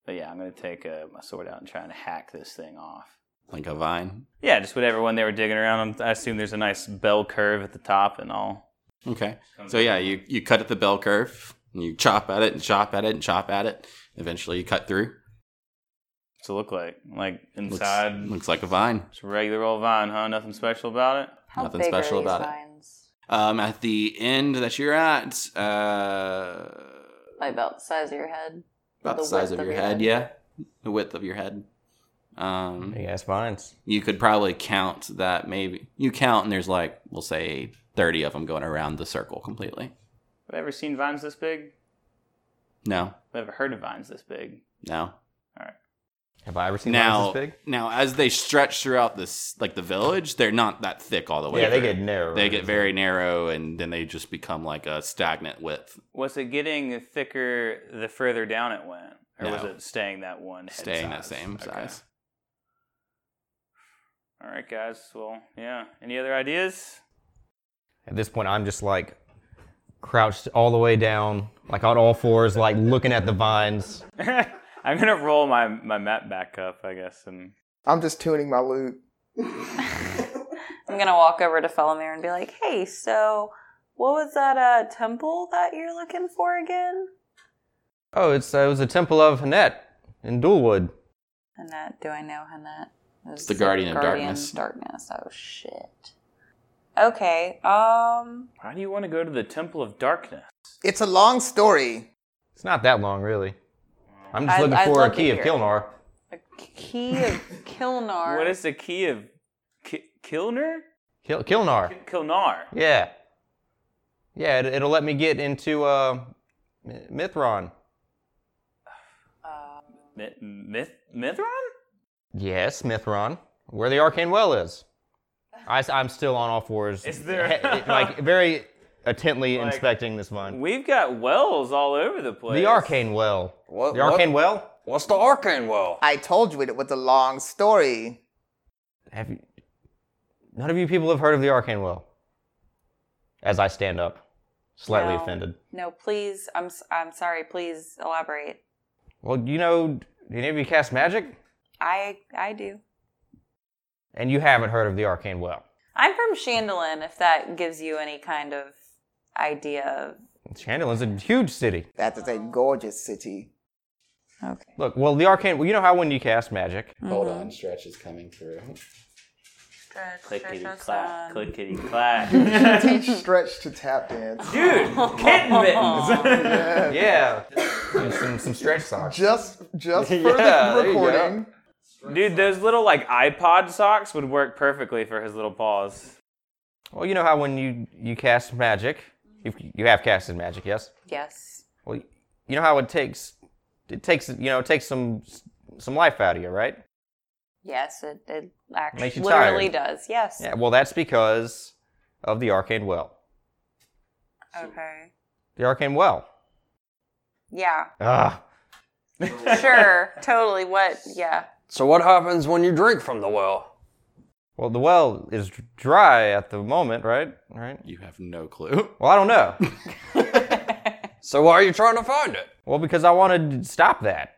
Speaker 6: But yeah, I'm gonna take uh, my sword out and try and hack this thing off.
Speaker 5: Like a vine.
Speaker 6: Yeah, just whatever one they were digging around. I assume there's a nice bell curve at the top and all.
Speaker 5: Okay. So yeah, you, you cut at the bell curve and you chop at it and chop at it and chop at it. Eventually you cut through.
Speaker 6: What's it look like? Like
Speaker 5: Looks,
Speaker 6: inside,
Speaker 5: looks like a vine.
Speaker 6: it's a regular old vine, huh? Nothing special about it.
Speaker 4: How
Speaker 5: Nothing
Speaker 4: big
Speaker 5: special
Speaker 4: are these
Speaker 5: about it.
Speaker 4: vines?
Speaker 5: Um, at the end that you're at, uh,
Speaker 4: Like about the size of your head.
Speaker 5: about the,
Speaker 4: The
Speaker 5: size
Speaker 4: width
Speaker 5: of
Speaker 4: of
Speaker 5: your
Speaker 4: your
Speaker 5: head,
Speaker 4: head.
Speaker 5: yeah, the width of your head. Um,
Speaker 7: Big ass vines.
Speaker 5: you could probably count that. Maybe you count, and there's like we'll say thirty of them going around the circle completely.
Speaker 6: Have I ever seen vines this big?
Speaker 5: No,
Speaker 6: I've never heard of vines this big.
Speaker 5: no.
Speaker 7: Have I ever seen
Speaker 5: Now,
Speaker 7: vines this big?
Speaker 5: now as they stretch throughout this, like the village, they're not that thick all the way.
Speaker 7: Yeah, they
Speaker 5: through.
Speaker 7: get narrow.
Speaker 5: they get very narrow, and then they just become like a stagnant width,
Speaker 6: Was it getting thicker the further down it went, or was
Speaker 5: No.
Speaker 6: it staying that one? Head
Speaker 5: staying that
Speaker 6: size?
Speaker 5: same
Speaker 6: Okay.
Speaker 5: size.
Speaker 6: All right, guys. Well, yeah. Any other ideas? *laughs*
Speaker 7: At this point, I'm just like crouched all the way down, like on all fours, like looking at the vines.
Speaker 6: I'm gonna roll my my map back up, I guess, and
Speaker 2: I'm just tuning my loot.
Speaker 4: I'm gonna walk over to Felomir and be like, "Hey, so what was that uh, temple that you're looking for again?"
Speaker 7: Oh, it's uh, it was a temple of Hanet in Dulwood.
Speaker 4: Annette, do I know Annette? It's
Speaker 5: the Guardian of Darkness.
Speaker 4: Darkness. Oh shit. Okay. Um.
Speaker 6: why do you want to go to the Temple of Darkness?
Speaker 2: It's a long story.
Speaker 7: It's not that long, really. I'm just
Speaker 4: I'd-
Speaker 7: looking
Speaker 4: I'd
Speaker 7: for a
Speaker 4: love to
Speaker 7: key of
Speaker 4: hear it.
Speaker 7: Kilnar.
Speaker 4: A key
Speaker 5: *laughs*
Speaker 4: of Kilnar.
Speaker 6: What is the key of Ki- Kilner?
Speaker 7: Kil- Kilnar.
Speaker 6: Kilnar.
Speaker 7: Yeah. Yeah, it, it'll let me get into uh, M- Mithron.
Speaker 6: Mi- Myth Mithron?
Speaker 7: Yes, Mithron, where the arcane well is. I, am still on all fours.
Speaker 6: Is there-
Speaker 7: he-
Speaker 6: *laughs*
Speaker 7: like very intently
Speaker 6: Like,
Speaker 7: inspecting this vine?
Speaker 6: We've got wells all over the place.
Speaker 7: The arcane well.
Speaker 3: What-
Speaker 7: the arcane well.
Speaker 3: What's the arcane well?
Speaker 2: I told you it was a long story.
Speaker 7: Have you? None of you people have heard of the arcane well. As I stand up, slightly
Speaker 4: No.
Speaker 7: offended.
Speaker 4: No, please. I'm. s- I'm sorry. Please elaborate.
Speaker 7: Well, you know, do any of you cast magic?
Speaker 4: I. I do.
Speaker 7: And you haven't heard of the arcane well.
Speaker 4: I'm from Chandelin. If that gives you any kind of idea
Speaker 7: Chandelin's a huge city.
Speaker 2: That is a gorgeous city.
Speaker 4: of. Okay.
Speaker 7: Look, well, the arcane. Well, you know how when you cast magic,
Speaker 5: Hold on, stretch is coming through.
Speaker 6: Clickety clack,
Speaker 4: Um,
Speaker 6: clickety clack.
Speaker 2: Teach *laughs* stretch to tap dance.
Speaker 6: *laughs* Dude, kitten mittens.
Speaker 7: yeah, some, some stretch socks.
Speaker 2: Just just for
Speaker 7: *laughs* Yeah,
Speaker 2: the
Speaker 7: there you go.
Speaker 2: recording.
Speaker 6: Dude, those little like iPod socks would work perfectly for his little paws.
Speaker 7: Well, you know how when you you cast magic, you you have casted magic, yes.
Speaker 4: Yes.
Speaker 7: Well, you know how it takes it takes you know it takes some some life out of you, right?
Speaker 4: Yes, it, it actually
Speaker 7: Makes you
Speaker 4: literally
Speaker 7: tired.
Speaker 4: does. Yes.
Speaker 7: Yeah. Well, that's because of the arcane well.
Speaker 4: Okay.
Speaker 7: The arcane well.
Speaker 4: Yeah.
Speaker 7: Ah,
Speaker 4: Sure. totally. What? Yeah.
Speaker 3: So what happens when you drink from the well?
Speaker 7: well, the well is dry at the moment, right? Right.
Speaker 5: *laughs* You have no clue.
Speaker 7: Well, I don't know.
Speaker 3: So why are you trying to find it?
Speaker 7: well, because I want to stop that.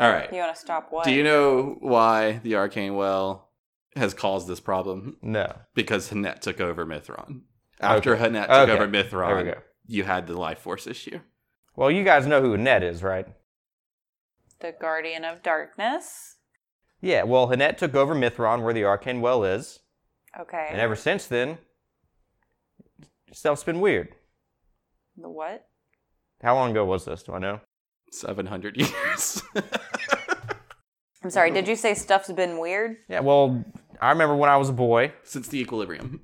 Speaker 5: All right.
Speaker 4: You want to stop what?
Speaker 5: Do you know why the Arcane Well has caused this problem?
Speaker 7: No.
Speaker 5: Because Hanet took over Mithron. After Hanet took
Speaker 7: Okay.
Speaker 5: over Mithron,
Speaker 7: There we go.
Speaker 5: you had the life force issue.
Speaker 7: Well, you guys know who Annette is, right?
Speaker 4: the Guardian of Darkness?
Speaker 7: Yeah, well, Hanet took over Mithron, where the arcane well is,
Speaker 4: Okay.
Speaker 7: And ever since then, stuff's been weird.
Speaker 4: the what?
Speaker 7: How long ago was this? Do I know?
Speaker 5: 700 years. *laughs*
Speaker 4: I'm sorry. Did you say stuff's been weird?
Speaker 7: Yeah, well, I remember when I was a boy,
Speaker 5: Since the equilibrium.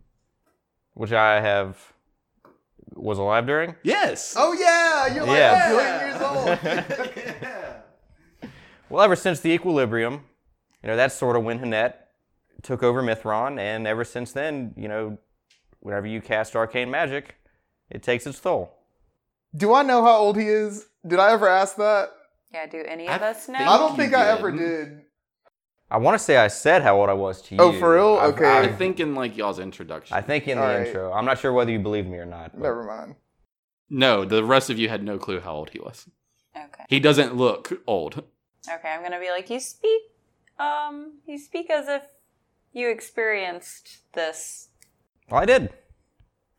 Speaker 7: which I have was alive during.
Speaker 5: Yes!
Speaker 2: Oh yeah, you're like
Speaker 7: Yeah.
Speaker 2: yeah.
Speaker 7: *laughs*
Speaker 2: years old.
Speaker 7: Well, ever since the equilibrium, you know, that's sort of when Hanet took over Mithron, and ever since then, you know, whenever you cast arcane magic, it takes its toll.
Speaker 2: Do I know how old he is? Did I ever ask that?
Speaker 4: Yeah. Do any
Speaker 5: I
Speaker 4: of us know?
Speaker 5: think-
Speaker 2: I don't
Speaker 5: you
Speaker 2: think I
Speaker 5: did.
Speaker 2: ever did.
Speaker 7: I want to say I said how old I was to you.
Speaker 2: Oh, for real?
Speaker 7: I-
Speaker 2: Okay.
Speaker 5: I
Speaker 7: I,
Speaker 5: think in like y'all's introduction.
Speaker 7: I think in the
Speaker 2: Alright.
Speaker 7: intro. I'm not sure whether you believe me or not. but-
Speaker 2: Never mind.
Speaker 5: no, the rest of you had no clue how old he was.
Speaker 4: Okay.
Speaker 5: He doesn't look old.
Speaker 4: Okay. I'm gonna be like you speak. Um, you speak as if you experienced this. *laughs*
Speaker 7: Well, I did.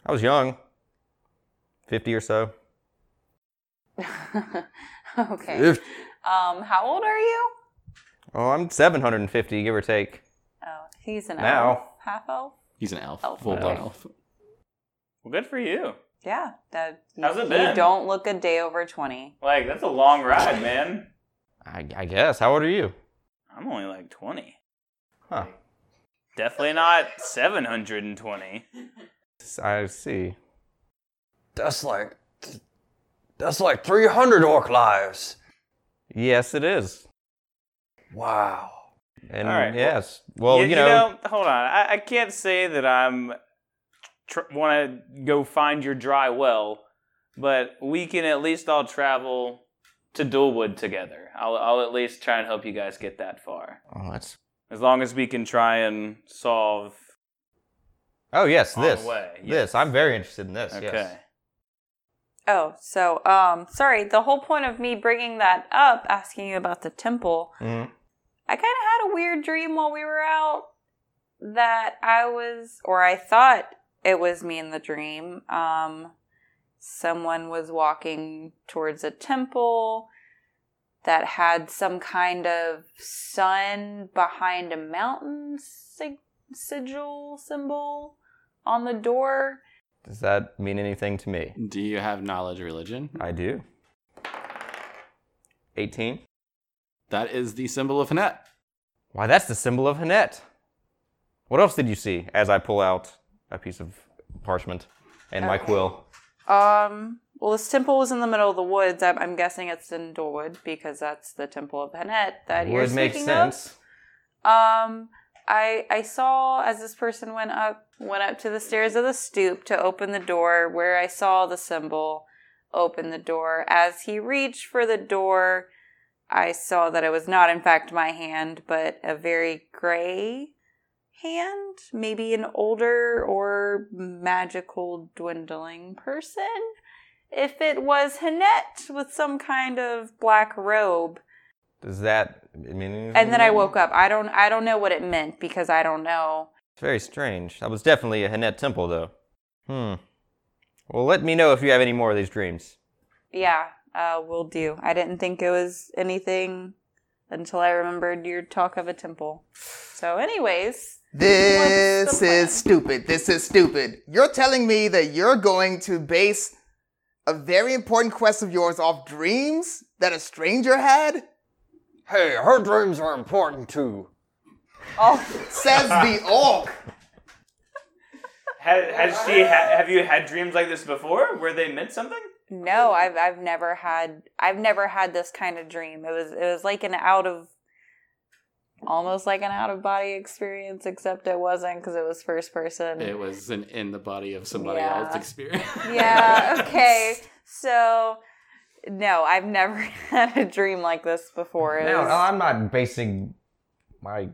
Speaker 7: I was young, fifty or so.
Speaker 4: okay. Um, how old are you?
Speaker 7: Oh, I'm 750, give or take.
Speaker 4: Oh, he's an
Speaker 7: Now.
Speaker 4: elf, half elf.
Speaker 5: He's an elf,
Speaker 4: Elf.
Speaker 5: full blown
Speaker 7: Wow.
Speaker 5: elf.
Speaker 6: Well, good for you.
Speaker 4: Yeah. That.
Speaker 6: How's it
Speaker 4: You
Speaker 6: been?
Speaker 4: don't look a day over twenty.
Speaker 6: Like that's a long ride, man.
Speaker 7: I, I guess. How old are you?
Speaker 6: I'm only like 20.
Speaker 7: Huh.
Speaker 6: Definitely not 720.
Speaker 7: I see.
Speaker 3: That's like, that's like 300 orc lives.
Speaker 7: Yes, it is.
Speaker 3: Wow.
Speaker 7: And
Speaker 6: All right, well-
Speaker 7: yes. Well, you, know,
Speaker 6: hold on. I, I can't say that I'm tr- want to go find your dry well, but we can at least all travel to Dualwood together. I'll, I'll at least try and help you guys get that far.
Speaker 7: Oh, that's.
Speaker 6: As long as we can try and solve.
Speaker 7: Oh yes,
Speaker 6: On
Speaker 7: this.
Speaker 6: the way, yes.
Speaker 7: This. I'm very interested in this.
Speaker 6: Okay.
Speaker 7: Yes.
Speaker 4: Oh, so um, sorry. The whole point of me bringing that up, asking you about the temple,
Speaker 7: Mhm.
Speaker 4: I kind of had a weird dream while we were out that I was, or I thought it was me in the dream. Um, someone was walking towards a temple that had some kind of sun behind a mountain sig- sigil symbol on the door.
Speaker 7: Does that mean anything to me?
Speaker 5: Do you have knowledge of religion?
Speaker 7: I do. 18.
Speaker 5: That is the symbol of Hanet.
Speaker 7: Why, that's the symbol of Hanet. What else did you see? As I pull out a piece of parchment and my quill.
Speaker 4: Um. Well, this temple was in the middle of the woods. I'm, I'm guessing it's in Dolwood because that's the temple of Hanet that you're
Speaker 7: Would make
Speaker 4: speaking
Speaker 7: sense.
Speaker 4: of. Um. I I saw as this person went up went up to the stairs of the stoop to open the door where I saw the symbol. Open the door. As he reached for the door, I saw that it was not in fact my hand, but a very gray hand, maybe an older or magical dwindling person. If it was Hanette with some kind of black robe,
Speaker 7: Does that mean anything?
Speaker 4: and then I woke up. I don't, I don't know what it meant because I don't know.
Speaker 7: It's very strange. That was definitely a Hanet temple, though. Hmm. Well, let me know if you have any more of these dreams.
Speaker 4: Yeah, uh, will do. I didn't think it was anything until I remembered your talk of a temple. So, anyways, What's
Speaker 2: This
Speaker 4: the plan?
Speaker 2: is stupid. This is stupid. You're telling me that you're going to base a very important quest of yours off dreams that a stranger had?
Speaker 3: Hey, her dreams are important too.
Speaker 2: Says the orc.
Speaker 6: Has, has she? Ha- have you had dreams like this before, where they meant something?
Speaker 4: *laughs* No, I've I've never had I've never had this kind of dream. It was it was like an out of almost like an out of body experience, except it wasn't because it was first person.
Speaker 5: It was an in the body of somebody
Speaker 4: Yeah.
Speaker 5: else's experience.
Speaker 7: *laughs*
Speaker 5: *laughs*
Speaker 4: yeah. *laughs* Okay. So no, I've never *laughs* had a dream like this before. It
Speaker 7: No,
Speaker 4: was-
Speaker 7: no, I'm not basing my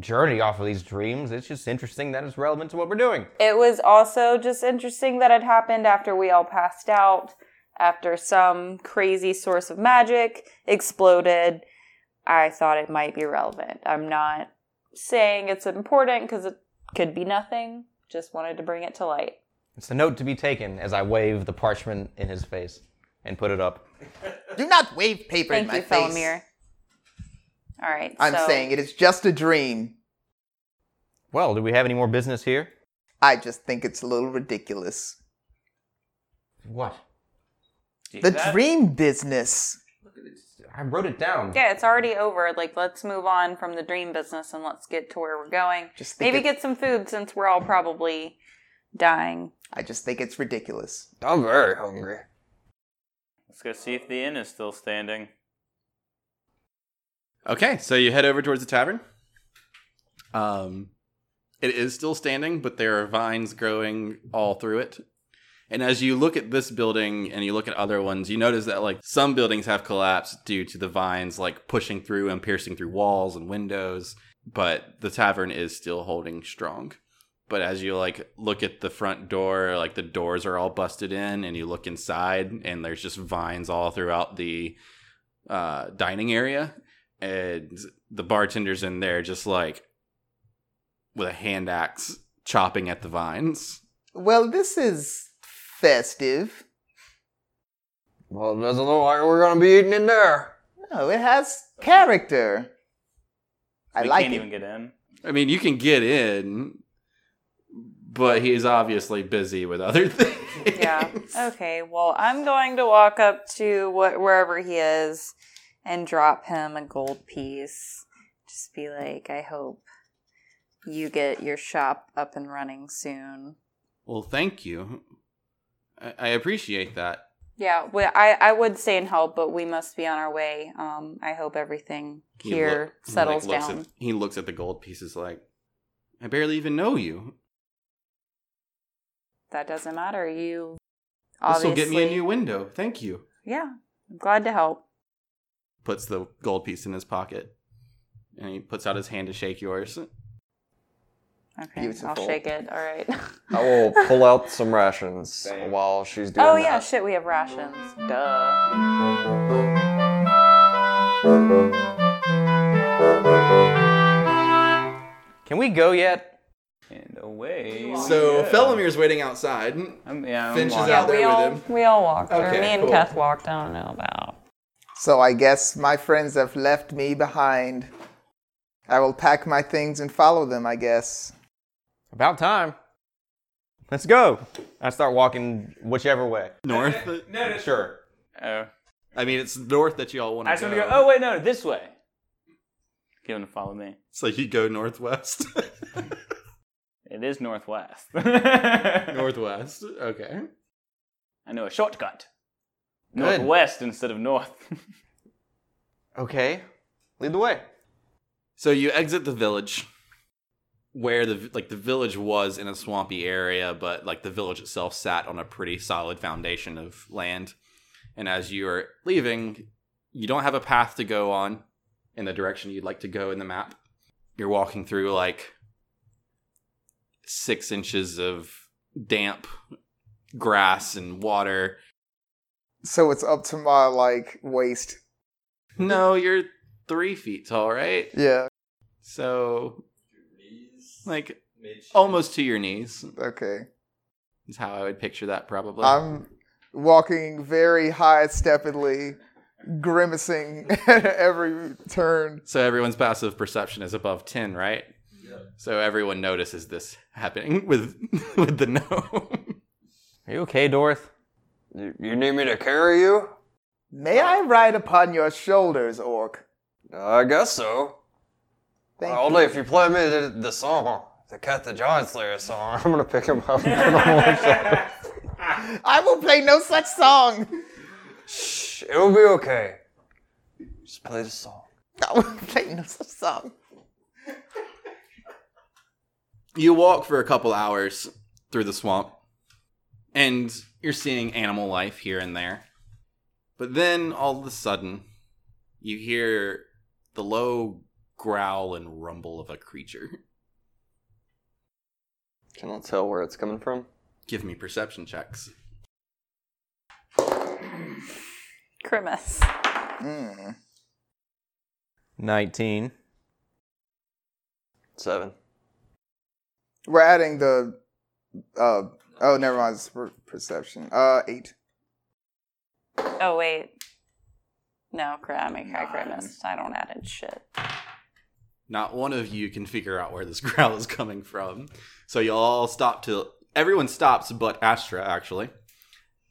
Speaker 7: journey off of these dreams. It's just interesting that it's relevant to what we're doing.
Speaker 4: It was also just interesting that it happened after we all passed out, after some crazy source of magic exploded. I thought it might be relevant. I'm not saying it's important because it could be nothing. Just wanted to bring it to light.
Speaker 7: It's a note to be taken as I wave the parchment in his face and put it up.
Speaker 2: Do not wave paper in
Speaker 4: Thank
Speaker 2: my
Speaker 4: you,
Speaker 2: face.
Speaker 4: Felomir. All right.
Speaker 2: I'm
Speaker 4: so-
Speaker 2: saying it is just a dream.
Speaker 7: Well, do we have any more business here?
Speaker 2: I just think it's a little ridiculous.
Speaker 7: What?
Speaker 6: See
Speaker 2: The
Speaker 6: that?
Speaker 2: dream business.
Speaker 7: I wrote it down.
Speaker 4: Yeah, it's already over. Like, let's move on from the dream business and let's get to where we're going.
Speaker 2: Just think
Speaker 4: Maybe
Speaker 2: it-
Speaker 4: get some food since we're all probably dying.
Speaker 2: I just think it's ridiculous.
Speaker 3: I'm very hungry.
Speaker 6: Let's go see if the inn is still standing.
Speaker 5: Okay, so you head over towards the tavern. Um, it is still standing, but there are vines growing all through it. And as you look at this building and you look at other ones, you notice that like some buildings have collapsed due to the vines like pushing through and piercing through walls and windows, but the tavern is still holding strong. But as you like look at the front door, like the doors are all busted in and you look inside and there's just vines all throughout the uh dining area and the bartender's in there just like with a hand axe chopping at the vines.
Speaker 2: Well, this is festive.
Speaker 3: Well, it doesn't look like we're gonna be eating in there.
Speaker 2: No, it has character. I
Speaker 6: we
Speaker 2: like
Speaker 6: can't
Speaker 2: it.
Speaker 6: even get in.
Speaker 5: I mean, you can get in, but he's obviously busy with other *laughs* things.
Speaker 4: *laughs* Yeah. okay, well, I'm going to walk up to what, wherever he is and drop him a gold piece. Just be like, I hope you get your shop up and running soon.
Speaker 5: Well, thank you. I, I appreciate that.
Speaker 4: Yeah, well, I, I would stay and help, but we must be on our way. Um, I hope everything
Speaker 5: He
Speaker 4: here
Speaker 5: look- he, like,
Speaker 4: settles
Speaker 5: looks
Speaker 4: down.
Speaker 5: At, he looks at the gold pieces like, I barely even know you.
Speaker 4: that doesn't matter. You
Speaker 5: This
Speaker 4: obviously
Speaker 5: will get me a new window. Thank you.
Speaker 4: Yeah, I'm glad to help.
Speaker 5: Puts the gold piece in his pocket, and he puts out his hand to shake yours.
Speaker 4: Okay, I'll
Speaker 2: Beautiful.
Speaker 4: shake it. All right. *laughs*
Speaker 3: I will pull out some rations while she's doing
Speaker 4: oh
Speaker 3: that.
Speaker 4: yeah, shit, we have rations. Duh.
Speaker 7: Can we go yet?
Speaker 6: And away.
Speaker 5: So
Speaker 6: yeah.
Speaker 5: Felomir's waiting outside.
Speaker 6: I'm, yeah, I'm
Speaker 5: Finch is
Speaker 6: walking.
Speaker 5: out there
Speaker 4: we
Speaker 5: with
Speaker 4: all
Speaker 6: *laughs*
Speaker 5: him.
Speaker 4: we all walked. or
Speaker 5: Okay,
Speaker 4: me and
Speaker 5: cool.
Speaker 4: Kath walked. I don't know about.
Speaker 2: So I guess my friends have left me behind. I will pack my things and follow them, I guess.
Speaker 7: About time. Let's go. I start walking whichever way.
Speaker 5: North.
Speaker 6: No, no,
Speaker 7: Sure.
Speaker 6: Oh.
Speaker 5: I mean, it's north that you all want
Speaker 6: I
Speaker 5: to
Speaker 6: just
Speaker 5: go.
Speaker 6: want to go. Oh wait, no, this way. Give him to follow me.
Speaker 5: So you go *laughs* northwest.
Speaker 6: It is northwest. *laughs*
Speaker 5: northwest. Okay.
Speaker 6: I know a shortcut.
Speaker 7: Good.
Speaker 6: Northwest instead of north. *laughs*
Speaker 7: Okay. Lead the way.
Speaker 5: So you exit the village where the like the village was in a swampy area, but like the village itself sat on a pretty solid foundation of land. And as you are leaving, you don't have a path to go on in the direction you'd like to go in the map. You're walking through like six inches of damp grass and water.
Speaker 2: So it's up to my like waist.
Speaker 5: No, you're three feet tall, right?
Speaker 2: Yeah.
Speaker 5: So, like almost to your knees
Speaker 2: Okay.
Speaker 5: is how I would picture that probably.
Speaker 2: I'm walking very high steppedly, grimacing *laughs* at every turn.
Speaker 5: so everyone's passive perception is above ten, right? So everyone notices this happening *laughs* with with the gnome.
Speaker 7: Are you okay, Dorth?
Speaker 3: You, you need me to carry you?
Speaker 2: May I ride upon your shoulders, Orc?
Speaker 3: I guess so.
Speaker 2: Thank
Speaker 3: Only if you play me the, the song, the Cat the Giant Slayer song, *laughs* I'm gonna pick him up. *laughs*
Speaker 2: you. I will play no such song. *laughs*
Speaker 3: It'll be okay. Just play the song.
Speaker 2: I will play no such song.
Speaker 5: You walk for a couple hours through the swamp, and you're seeing animal life here and there. But then all of a sudden, you hear the low growl and rumble of a creature. *laughs*
Speaker 3: Cannot tell where it's coming from.
Speaker 5: Give me perception checks.
Speaker 4: Grimace.
Speaker 2: Mm.
Speaker 7: 19.
Speaker 3: Seven.
Speaker 2: We're adding the. Uh, oh, never mind. It's per- perception. Uh, eight.
Speaker 4: Oh wait. No, cri- I make I grimace. I don't add in shit.
Speaker 5: Not one of you can figure out where this *laughs* growl is coming from. So you all stop till everyone stops but Astra actually.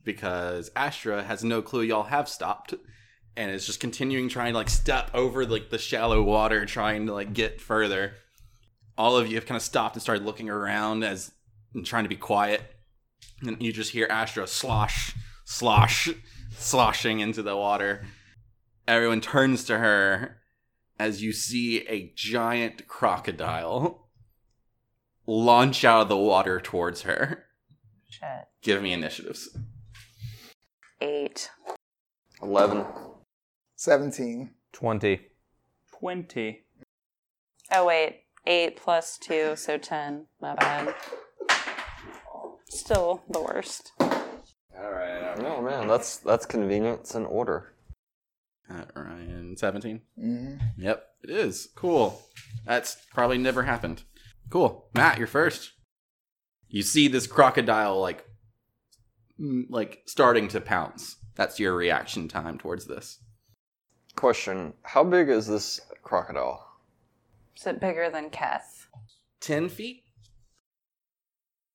Speaker 5: Because Astra has no clue y'all have stopped and is just continuing trying to like step over like the shallow water trying to like get further. All of you have kind of stopped and started looking around as and trying to be quiet. And you just hear Astra slosh, slosh, sloshing into the water. Everyone turns to her as you see a giant crocodile launch out of the water towards her.
Speaker 4: Shit.
Speaker 5: Give me initiatives.
Speaker 4: Eight.
Speaker 3: 11.
Speaker 2: 17.
Speaker 7: 20.
Speaker 6: 20.
Speaker 4: Oh wait, eight plus two, so ten. My bad. Still the worst.
Speaker 3: Oh man, that's that's convenience and order.
Speaker 5: At Ryan, 17.
Speaker 2: Mm-hmm.
Speaker 5: Yep, it is. Cool. That's probably never happened. Cool. Matt, you're first. You see this crocodile like mm, like starting to pounce. That's your reaction time towards this.
Speaker 3: Question: How big is this crocodile?
Speaker 4: Is it bigger than Kath?
Speaker 5: 10 feet?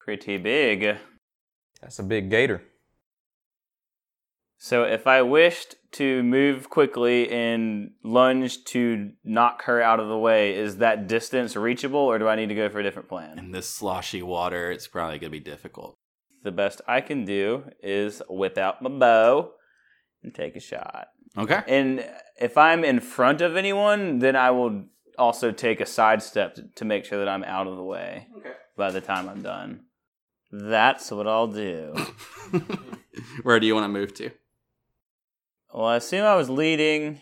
Speaker 6: Pretty big.
Speaker 7: That's a big gator.
Speaker 6: So if I wished to move quickly and lunge to knock her out of the way, is that distance reachable or do I need to go for a different plan?
Speaker 5: In this sloshy water, it's probably going to be difficult.
Speaker 6: The best I can do is whip out my bow and take a shot.
Speaker 5: Okay. *laughs*
Speaker 6: And if I'm in front of anyone, then I will also take a side step to, to make sure that I'm out of the way by the time I'm done. That's what I'll do.
Speaker 5: Where do you want to move to?
Speaker 6: well, I assume I was leading,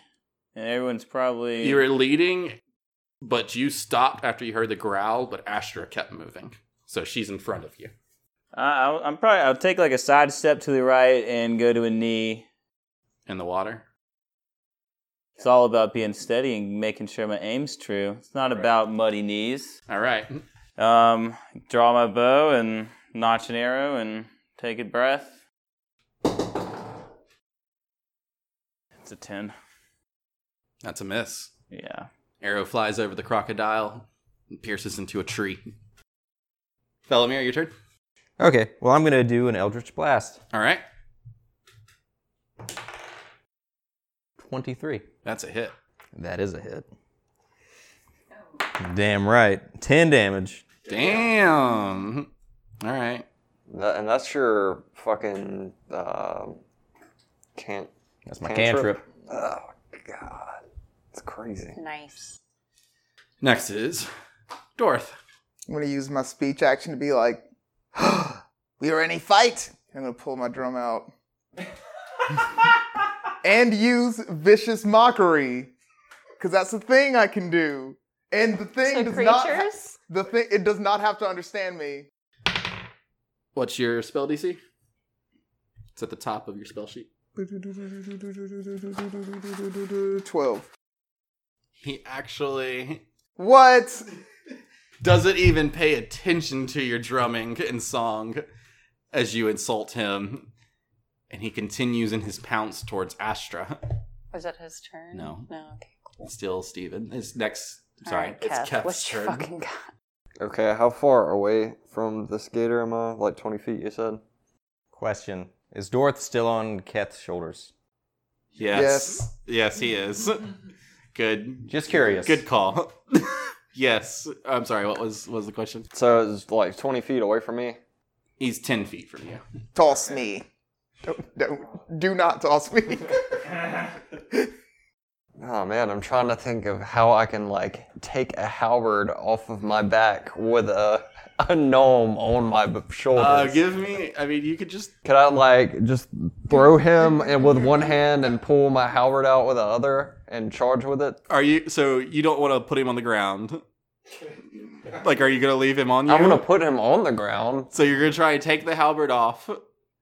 Speaker 6: and everyone's probably.
Speaker 5: You were leading, but you stopped after you heard the growl, but Astra kept moving. So she's in front of you.
Speaker 6: I- I'll, I'm probably. I'll take like a side step to the right and go to a knee.
Speaker 5: In the water?
Speaker 6: It's all about being steady and making sure my aim's true. It's not about muddy knees.
Speaker 5: All right.
Speaker 6: Um, draw my bow and notch an arrow and take a breath. It's a ten.
Speaker 5: That's a miss.
Speaker 6: Yeah.
Speaker 5: Arrow flies over the crocodile and pierces into a tree. Felomir, your turn.
Speaker 7: Okay, well, I'm going to do an Eldritch Blast.
Speaker 5: All right.
Speaker 7: 23.
Speaker 5: That's a hit.
Speaker 7: That is a hit. Damn right. 10 damage.
Speaker 5: Damn. All right.
Speaker 3: That, and that's your fucking uh, can't.
Speaker 7: That's my
Speaker 3: Cantrip.
Speaker 7: cantrip.
Speaker 3: Oh god, it's crazy.
Speaker 4: Nice.
Speaker 5: Next is Dorth.
Speaker 2: I'm going to use my speech action to be like, *gasps* we are in a fight. I'm going to pull my drum *laughs* out and use vicious mockery because that's a thing I can do. And the thing
Speaker 4: So
Speaker 2: does not ha-
Speaker 4: creatures?
Speaker 2: the thing it does not have to understand me.
Speaker 5: What's your spell DC? It's at the top of your spell sheet.
Speaker 2: 12.
Speaker 5: He actually
Speaker 2: What?
Speaker 5: doesn't even pay attention to your drumming and song as you insult him. And he continues in his pounce towards Astra.
Speaker 4: Was it his turn?
Speaker 5: No.
Speaker 4: No. Okay. Cool.
Speaker 5: Still Steven. His next
Speaker 4: All
Speaker 5: sorry,
Speaker 4: right,
Speaker 5: it's
Speaker 4: Kath,
Speaker 5: Kef's
Speaker 4: What's your
Speaker 5: turn.
Speaker 4: fucking god?
Speaker 3: Okay, how far away from this gator am I? Like 20 feet, you said?
Speaker 7: Question Is Dorth still on Keth's shoulders?
Speaker 5: Yes. Yes,
Speaker 4: *laughs*
Speaker 5: he is. Good.
Speaker 7: Just curious.
Speaker 5: Good call. *laughs* yes. I'm sorry. What was was the question?
Speaker 3: So it's like 20 feet away from me.
Speaker 5: He's ten feet from you.
Speaker 2: Toss me. Don't, don't, do not toss me. *laughs*
Speaker 3: Oh man, I'm trying to think of how I can like take a halberd off of my back with a, a gnome on my b- shoulders.
Speaker 5: Uh, give me. I mean, you could just.
Speaker 3: Could I like just throw him and with one hand and pull my halberd out with the other and charge with it?
Speaker 5: Are you so you don't want to put him on
Speaker 4: *laughs*
Speaker 5: the ground? Like, are you gonna leave him on you?
Speaker 3: I'm gonna put him on the ground.
Speaker 5: So you're gonna try and take the halberd off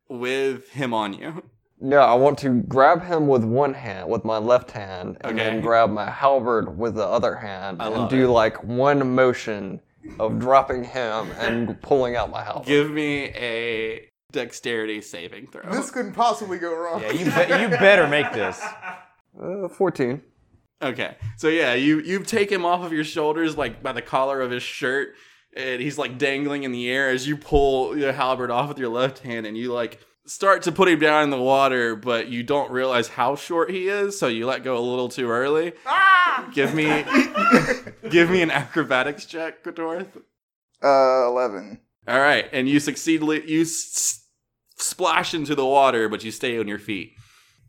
Speaker 5: with him on you.
Speaker 3: No, I want to grab him with one hand, with my left hand, and
Speaker 5: Okay.
Speaker 3: then grab my halberd with the other hand
Speaker 5: I
Speaker 3: and
Speaker 5: love
Speaker 3: do
Speaker 5: it.
Speaker 3: like one motion of dropping him and pulling out my halberd.
Speaker 5: Give me a dexterity saving throw.
Speaker 2: this couldn't possibly go wrong.
Speaker 7: Yeah, you, be- you better make this.
Speaker 3: Uh, 14.
Speaker 5: Okay. So yeah, you you take him off of your shoulders like by the collar of his shirt, and he's like dangling in the air as you pull your halberd off with your left hand, and you like start to put him down in the water, but you don't realize how short he is, so you let go a little too early. Give me give me an acrobatics check, Quatorth.
Speaker 2: Uh, eleven.
Speaker 5: All right, and you succeed. You s- splash into the water, but you stay on your feet.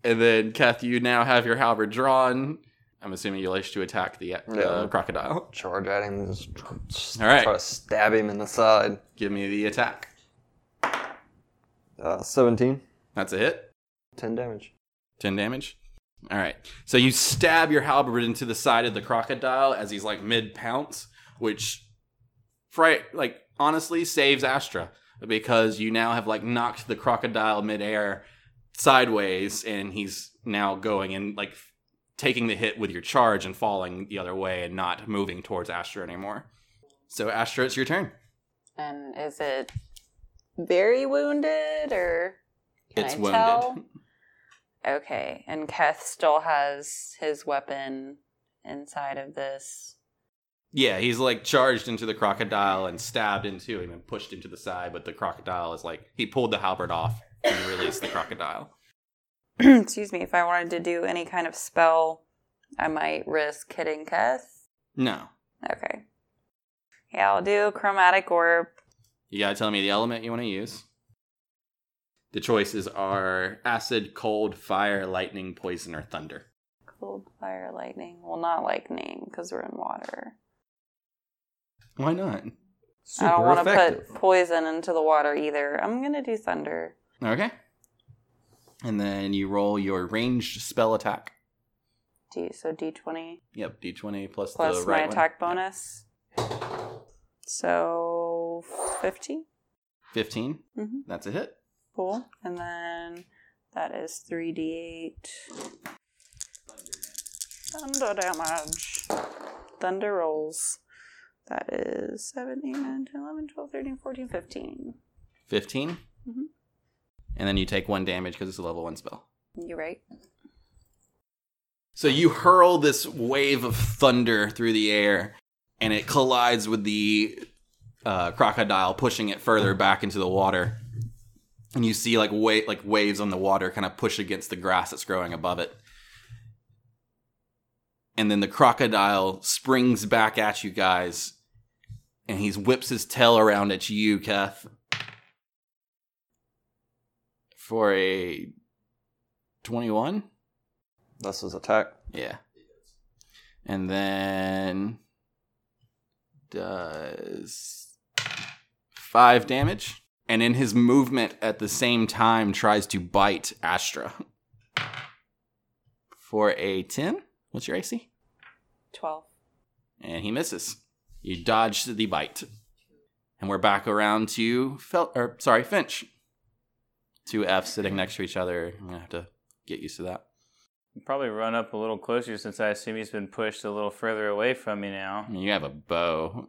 Speaker 5: And then, Kath, you now have your halberd drawn. I'm assuming you'll wish to attack the uh,
Speaker 3: Yeah.
Speaker 5: crocodile.
Speaker 3: Charge at him. and Just tr- s-
Speaker 5: All right.
Speaker 3: Try to stab him in the side.
Speaker 5: Give me the attack.
Speaker 3: Uh, 17.
Speaker 5: That's a hit.
Speaker 3: 10 damage.
Speaker 5: 10 damage. All right. So you stab your halberd into the side of the crocodile as he's like mid pounce, which, fright, like, honestly saves Astra because you now have like knocked the crocodile midair sideways and he's now going and like taking the hit with your charge and falling the other way and not moving towards Astra anymore. So, Astra, it's your turn.
Speaker 4: And is it very wounded or can
Speaker 5: it's
Speaker 4: I
Speaker 5: wounded.
Speaker 4: tell? Okay, and Keth still has his weapon inside of this. *clears throat*
Speaker 5: Yeah, he's like charged into the crocodile and stabbed into him and pushed into the side, but the crocodile is like he pulled the halberd off and released the crocodile.
Speaker 4: Excuse me, if I wanted to do any kind of spell, I might risk hitting Keth.
Speaker 5: No.
Speaker 4: Okay. Yeah, I'll do chromatic orb.
Speaker 5: You gotta tell me the element you want to use. The choices are acid, cold, fire, lightning, poison, or thunder.
Speaker 4: Cold fire lightning. Well, not lightning because we're in water.
Speaker 5: Why not?
Speaker 4: I don't want to put poison into the water either. I'm gonna do thunder.
Speaker 5: Okay. And then you roll your ranged spell attack.
Speaker 4: D so D20
Speaker 5: Yep, d20 plus,
Speaker 4: plus
Speaker 5: the
Speaker 4: my
Speaker 5: right one.
Speaker 4: attack
Speaker 5: Yep.
Speaker 4: bonus. So 15.
Speaker 5: 15.
Speaker 4: Mhm.
Speaker 5: That's a hit.
Speaker 4: Cool. And then that is 3d8. Thunder damage. Thunder rolls. That is 7, 8, 9, 10, 11, 12, 13, 14, 15.
Speaker 5: 15.
Speaker 4: Mhm.
Speaker 5: And then you take one damage because it's a level one spell.
Speaker 4: You right?
Speaker 5: So you hurl this wave of thunder through the air, and it collides with the uh, crocodile, pushing it further back into the water. And you see like wa- like waves on the water kind of push against the grass that's growing above it. And then the crocodile springs back at you guys, and he whips his tail around at you, Keth, for a twenty-one.
Speaker 3: That's his attack.
Speaker 5: Yeah. And then does five damage. And in his movement at the same time tries to bite Astra. For a 10. What's your AC?
Speaker 4: 12.
Speaker 5: And he misses. You dodged the bite. And we're back around to Fel- or sorry, Finch. Two F's sitting next to each other. I'm gonna have to get used to that.
Speaker 6: Probably run up a little closer since I assume he's been pushed a little further away from me now.
Speaker 5: I mean, you have a bow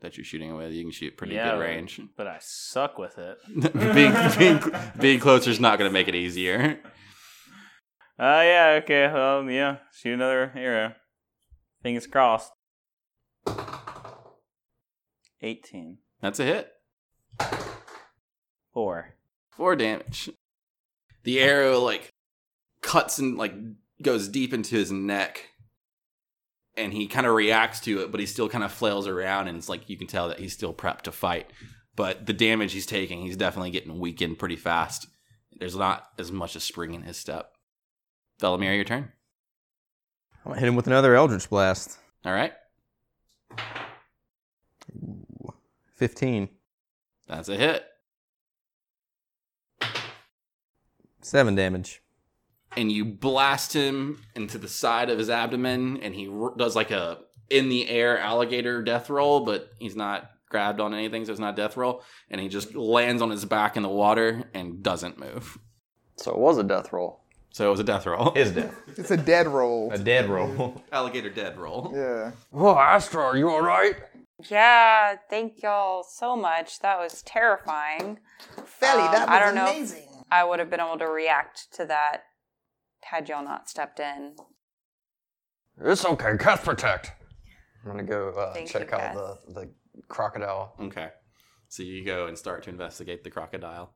Speaker 5: that you're shooting with. You can shoot pretty
Speaker 6: Yeah,
Speaker 5: good
Speaker 6: but-
Speaker 5: range. *laughs*
Speaker 6: But I suck with it.
Speaker 5: being, being, being closer is not going to make it easier.
Speaker 6: Oh, yeah, okay. Well, yeah. Shoot another arrow. Fingers crossed. 18.
Speaker 5: That's a hit.
Speaker 6: 4.
Speaker 5: Four damage. The arrow like cuts and like goes deep into his neck, and he kind of reacts to it, but he still kind of flails around, and it's like you can tell that he's still prepped to fight. But the damage he's taking, he's definitely getting weakened pretty fast. There's not as much as spring in his step. Velimir, your turn.
Speaker 7: I'm gonna hit him with another Eldritch Blast.
Speaker 5: All right,
Speaker 7: 15.
Speaker 5: that's a hit.
Speaker 7: 7 damage.
Speaker 5: and you blast him into the side of his abdomen and he r- does like a in the air alligator death roll but he's not grabbed on anything so it's not death roll and he just lands on his back in the water and doesn't move
Speaker 3: So it was a death roll.
Speaker 5: so it was a death roll
Speaker 7: Is death.
Speaker 2: It's a dead roll.
Speaker 7: A dead roll.
Speaker 5: *laughs* alligator dead roll
Speaker 2: Yeah.
Speaker 3: Oh, Astra, are you alright?
Speaker 4: Yeah, thank y'all so much. That was terrifying.
Speaker 2: Felly,
Speaker 4: Um,
Speaker 2: that was
Speaker 4: I don't know if-
Speaker 2: amazing.
Speaker 4: I would have been able to react to that had y'all not stepped in.
Speaker 3: It's okay, cast protect. I'm gonna go uh,
Speaker 4: Thank
Speaker 3: check
Speaker 4: you,
Speaker 3: out the, the crocodile.
Speaker 5: Okay. So you go and start to investigate the crocodile.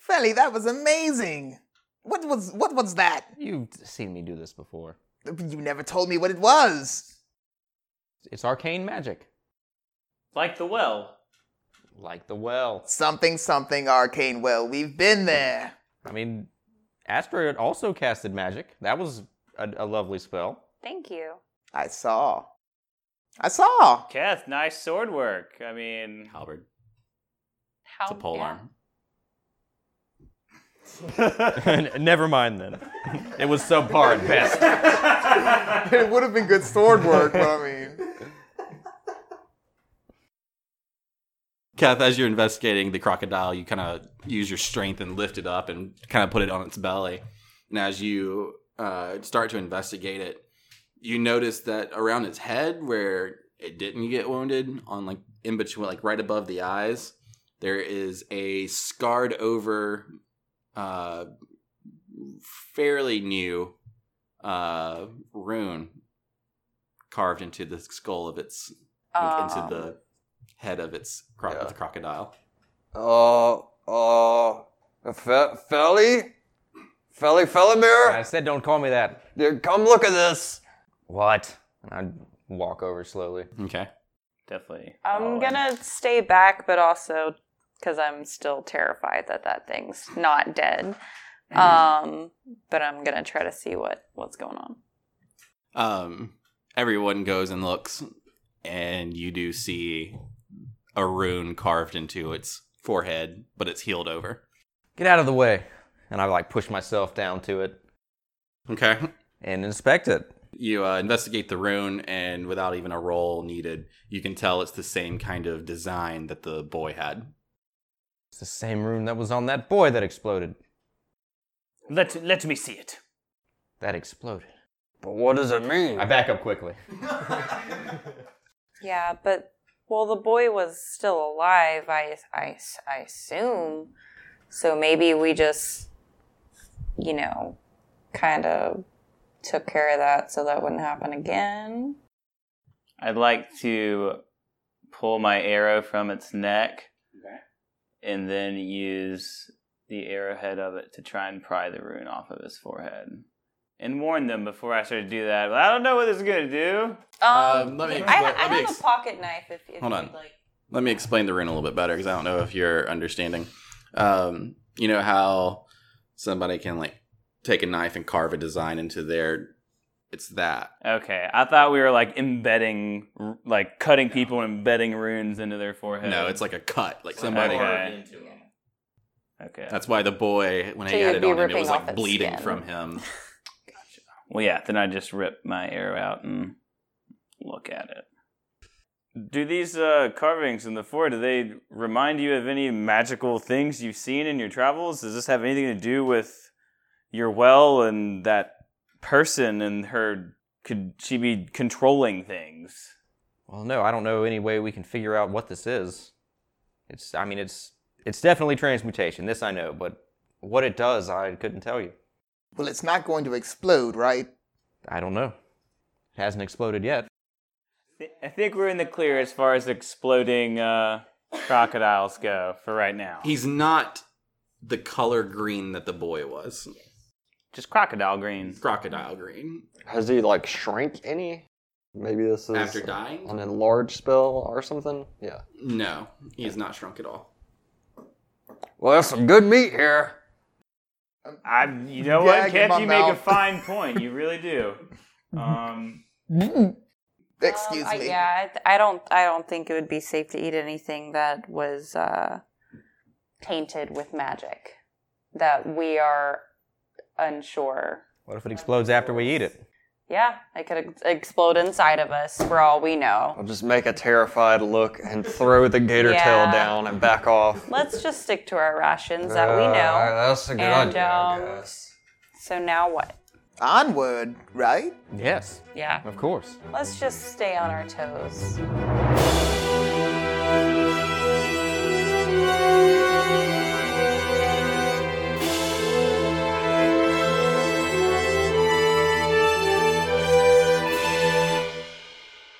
Speaker 2: Felly, that was amazing. What was what was that?
Speaker 7: You've seen me do this before.
Speaker 2: You never told me what it was.
Speaker 7: *laughs* It's arcane magic,
Speaker 6: Like the well.
Speaker 7: like the well.
Speaker 2: Something something arcane well. We've been there.
Speaker 7: I mean, Astra also casted magic. That was a, a lovely spell. *laughs*
Speaker 4: Thank you.
Speaker 2: I saw. I
Speaker 7: *laughs*
Speaker 2: saw.
Speaker 6: Keth, nice sword work. I mean,
Speaker 5: Halberd.
Speaker 4: How,
Speaker 5: It's a pole
Speaker 4: Oh, yeah.
Speaker 5: arm.
Speaker 7: Never mind then. It was subpar at best.
Speaker 2: it would have been good sword work, but I mean,
Speaker 5: Kath, as you're investigating the crocodile, you kind of use your strength and lift it up and kind of put it on its belly. And as you uh, start to investigate it, you notice that around its head, where it didn't get wounded, on like in between, like right above the eyes, there is a scarred over, uh, fairly new uh, rune carved into the skull of its, into
Speaker 4: Um,
Speaker 5: the head of its cro-
Speaker 3: Yeah.
Speaker 5: the crocodile.
Speaker 3: Uh, uh, Fe- Felly? Felly
Speaker 7: I
Speaker 3: Fellimir?
Speaker 7: said, don't call me that.
Speaker 3: Dude, Come look at this.
Speaker 7: What? And I walk over slowly.
Speaker 5: Okay.
Speaker 6: definitely.
Speaker 4: I'm
Speaker 7: Oh,
Speaker 4: gonna stay back, but also because I'm still terrified that that thing's not dead. Um, but I'm gonna try to see what what's going on.
Speaker 5: um, everyone goes and looks, and you do see a rune carved into its forehead, but it's healed over.
Speaker 7: Get out of the way. And I like push myself down to it
Speaker 5: Okay.
Speaker 7: and inspect it.
Speaker 5: You uh, investigate the rune, and without even a roll needed, you can tell it's the same kind of design that the boy had.
Speaker 7: It's the same rune that was on that boy that exploded.
Speaker 6: Let let me see it.
Speaker 7: That exploded.
Speaker 3: But what does it mean?
Speaker 7: I back up quickly.
Speaker 4: Yeah, but well, the boy was still alive. I I I assume. So maybe we just, you know, kind of took care of that so that wouldn't happen again.
Speaker 6: I'd like to pull my arrow from its neck, and then use the arrowhead of it to try and pry the rune off of his forehead, and warn them before I start to do that. Well, I don't know what this is gonna do.
Speaker 5: Um, let me
Speaker 4: I,
Speaker 5: explain-
Speaker 4: I
Speaker 5: let me
Speaker 4: have
Speaker 5: ex-
Speaker 4: a pocket knife. If, if
Speaker 5: Hold
Speaker 4: you'd
Speaker 5: on.
Speaker 4: like.
Speaker 5: Let me explain the rune a little bit better because I don't know if you're understanding. Um, you know how somebody can like take a knife and carve a design into their. It's that.
Speaker 6: Okay, I thought we were like embedding, like cutting people and embedding runes into their forehead.
Speaker 5: No, it's like a cut. Like somebody.
Speaker 6: Okay. Okay.
Speaker 5: That's why the boy, when
Speaker 4: So
Speaker 5: he had
Speaker 4: you'd
Speaker 5: it
Speaker 4: be
Speaker 5: on him, it
Speaker 4: ripping
Speaker 5: was
Speaker 4: off
Speaker 5: like
Speaker 4: its
Speaker 5: bleeding
Speaker 4: skin.
Speaker 5: from him.
Speaker 6: Well, yeah, then I just rip my arrow out and look at it. Do these uh, carvings in the forehead, do they remind you of any magical things you've seen in your travels? Does this have anything to do with your well and that person and her? Could she be controlling things?
Speaker 7: Well, no, I don't know any way we can figure out what this is. It's, I mean, it's, it's definitely transmutation. This I know, but what it does, I couldn't tell you.
Speaker 2: well, it's not going to explode, right?
Speaker 7: I don't know. It hasn't exploded yet.
Speaker 6: I think we're in the clear as far as exploding uh, crocodiles go for right now.
Speaker 5: He's not the color green that the boy was.
Speaker 6: Just crocodile green.
Speaker 5: Crocodile green.
Speaker 3: Has he like shrank any? Maybe this is
Speaker 5: After dying?
Speaker 3: an enlarged spell or something. Yeah.
Speaker 5: No, he is not shrunk at all.
Speaker 3: Well, there's some good meat here.
Speaker 6: I, you know
Speaker 2: Gag in
Speaker 6: what, Kev,
Speaker 2: my
Speaker 6: you make a
Speaker 2: mouth.
Speaker 6: fine point. You really do. Um,
Speaker 2: Excuse
Speaker 4: Um, I-
Speaker 2: me.
Speaker 4: yeah, I, th- I don't. I don't think it would be safe to eat anything that was uh, tainted with magic. That we are unsure.
Speaker 7: What if it explodes after we eat it?
Speaker 4: Yeah, it could ex- explode inside of us for all we know.
Speaker 3: I'll just make a terrified look and throw the gator tail
Speaker 4: Yeah.
Speaker 3: down and back off.
Speaker 4: Let's just stick to our rations that we
Speaker 3: Uh,
Speaker 4: know.
Speaker 3: that's a good
Speaker 4: And,
Speaker 3: idea,
Speaker 4: um,
Speaker 3: I guess.
Speaker 4: So now what?
Speaker 2: Onward, right?
Speaker 7: Yes,
Speaker 4: Yeah,
Speaker 7: of course.
Speaker 4: let's just stay on our toes.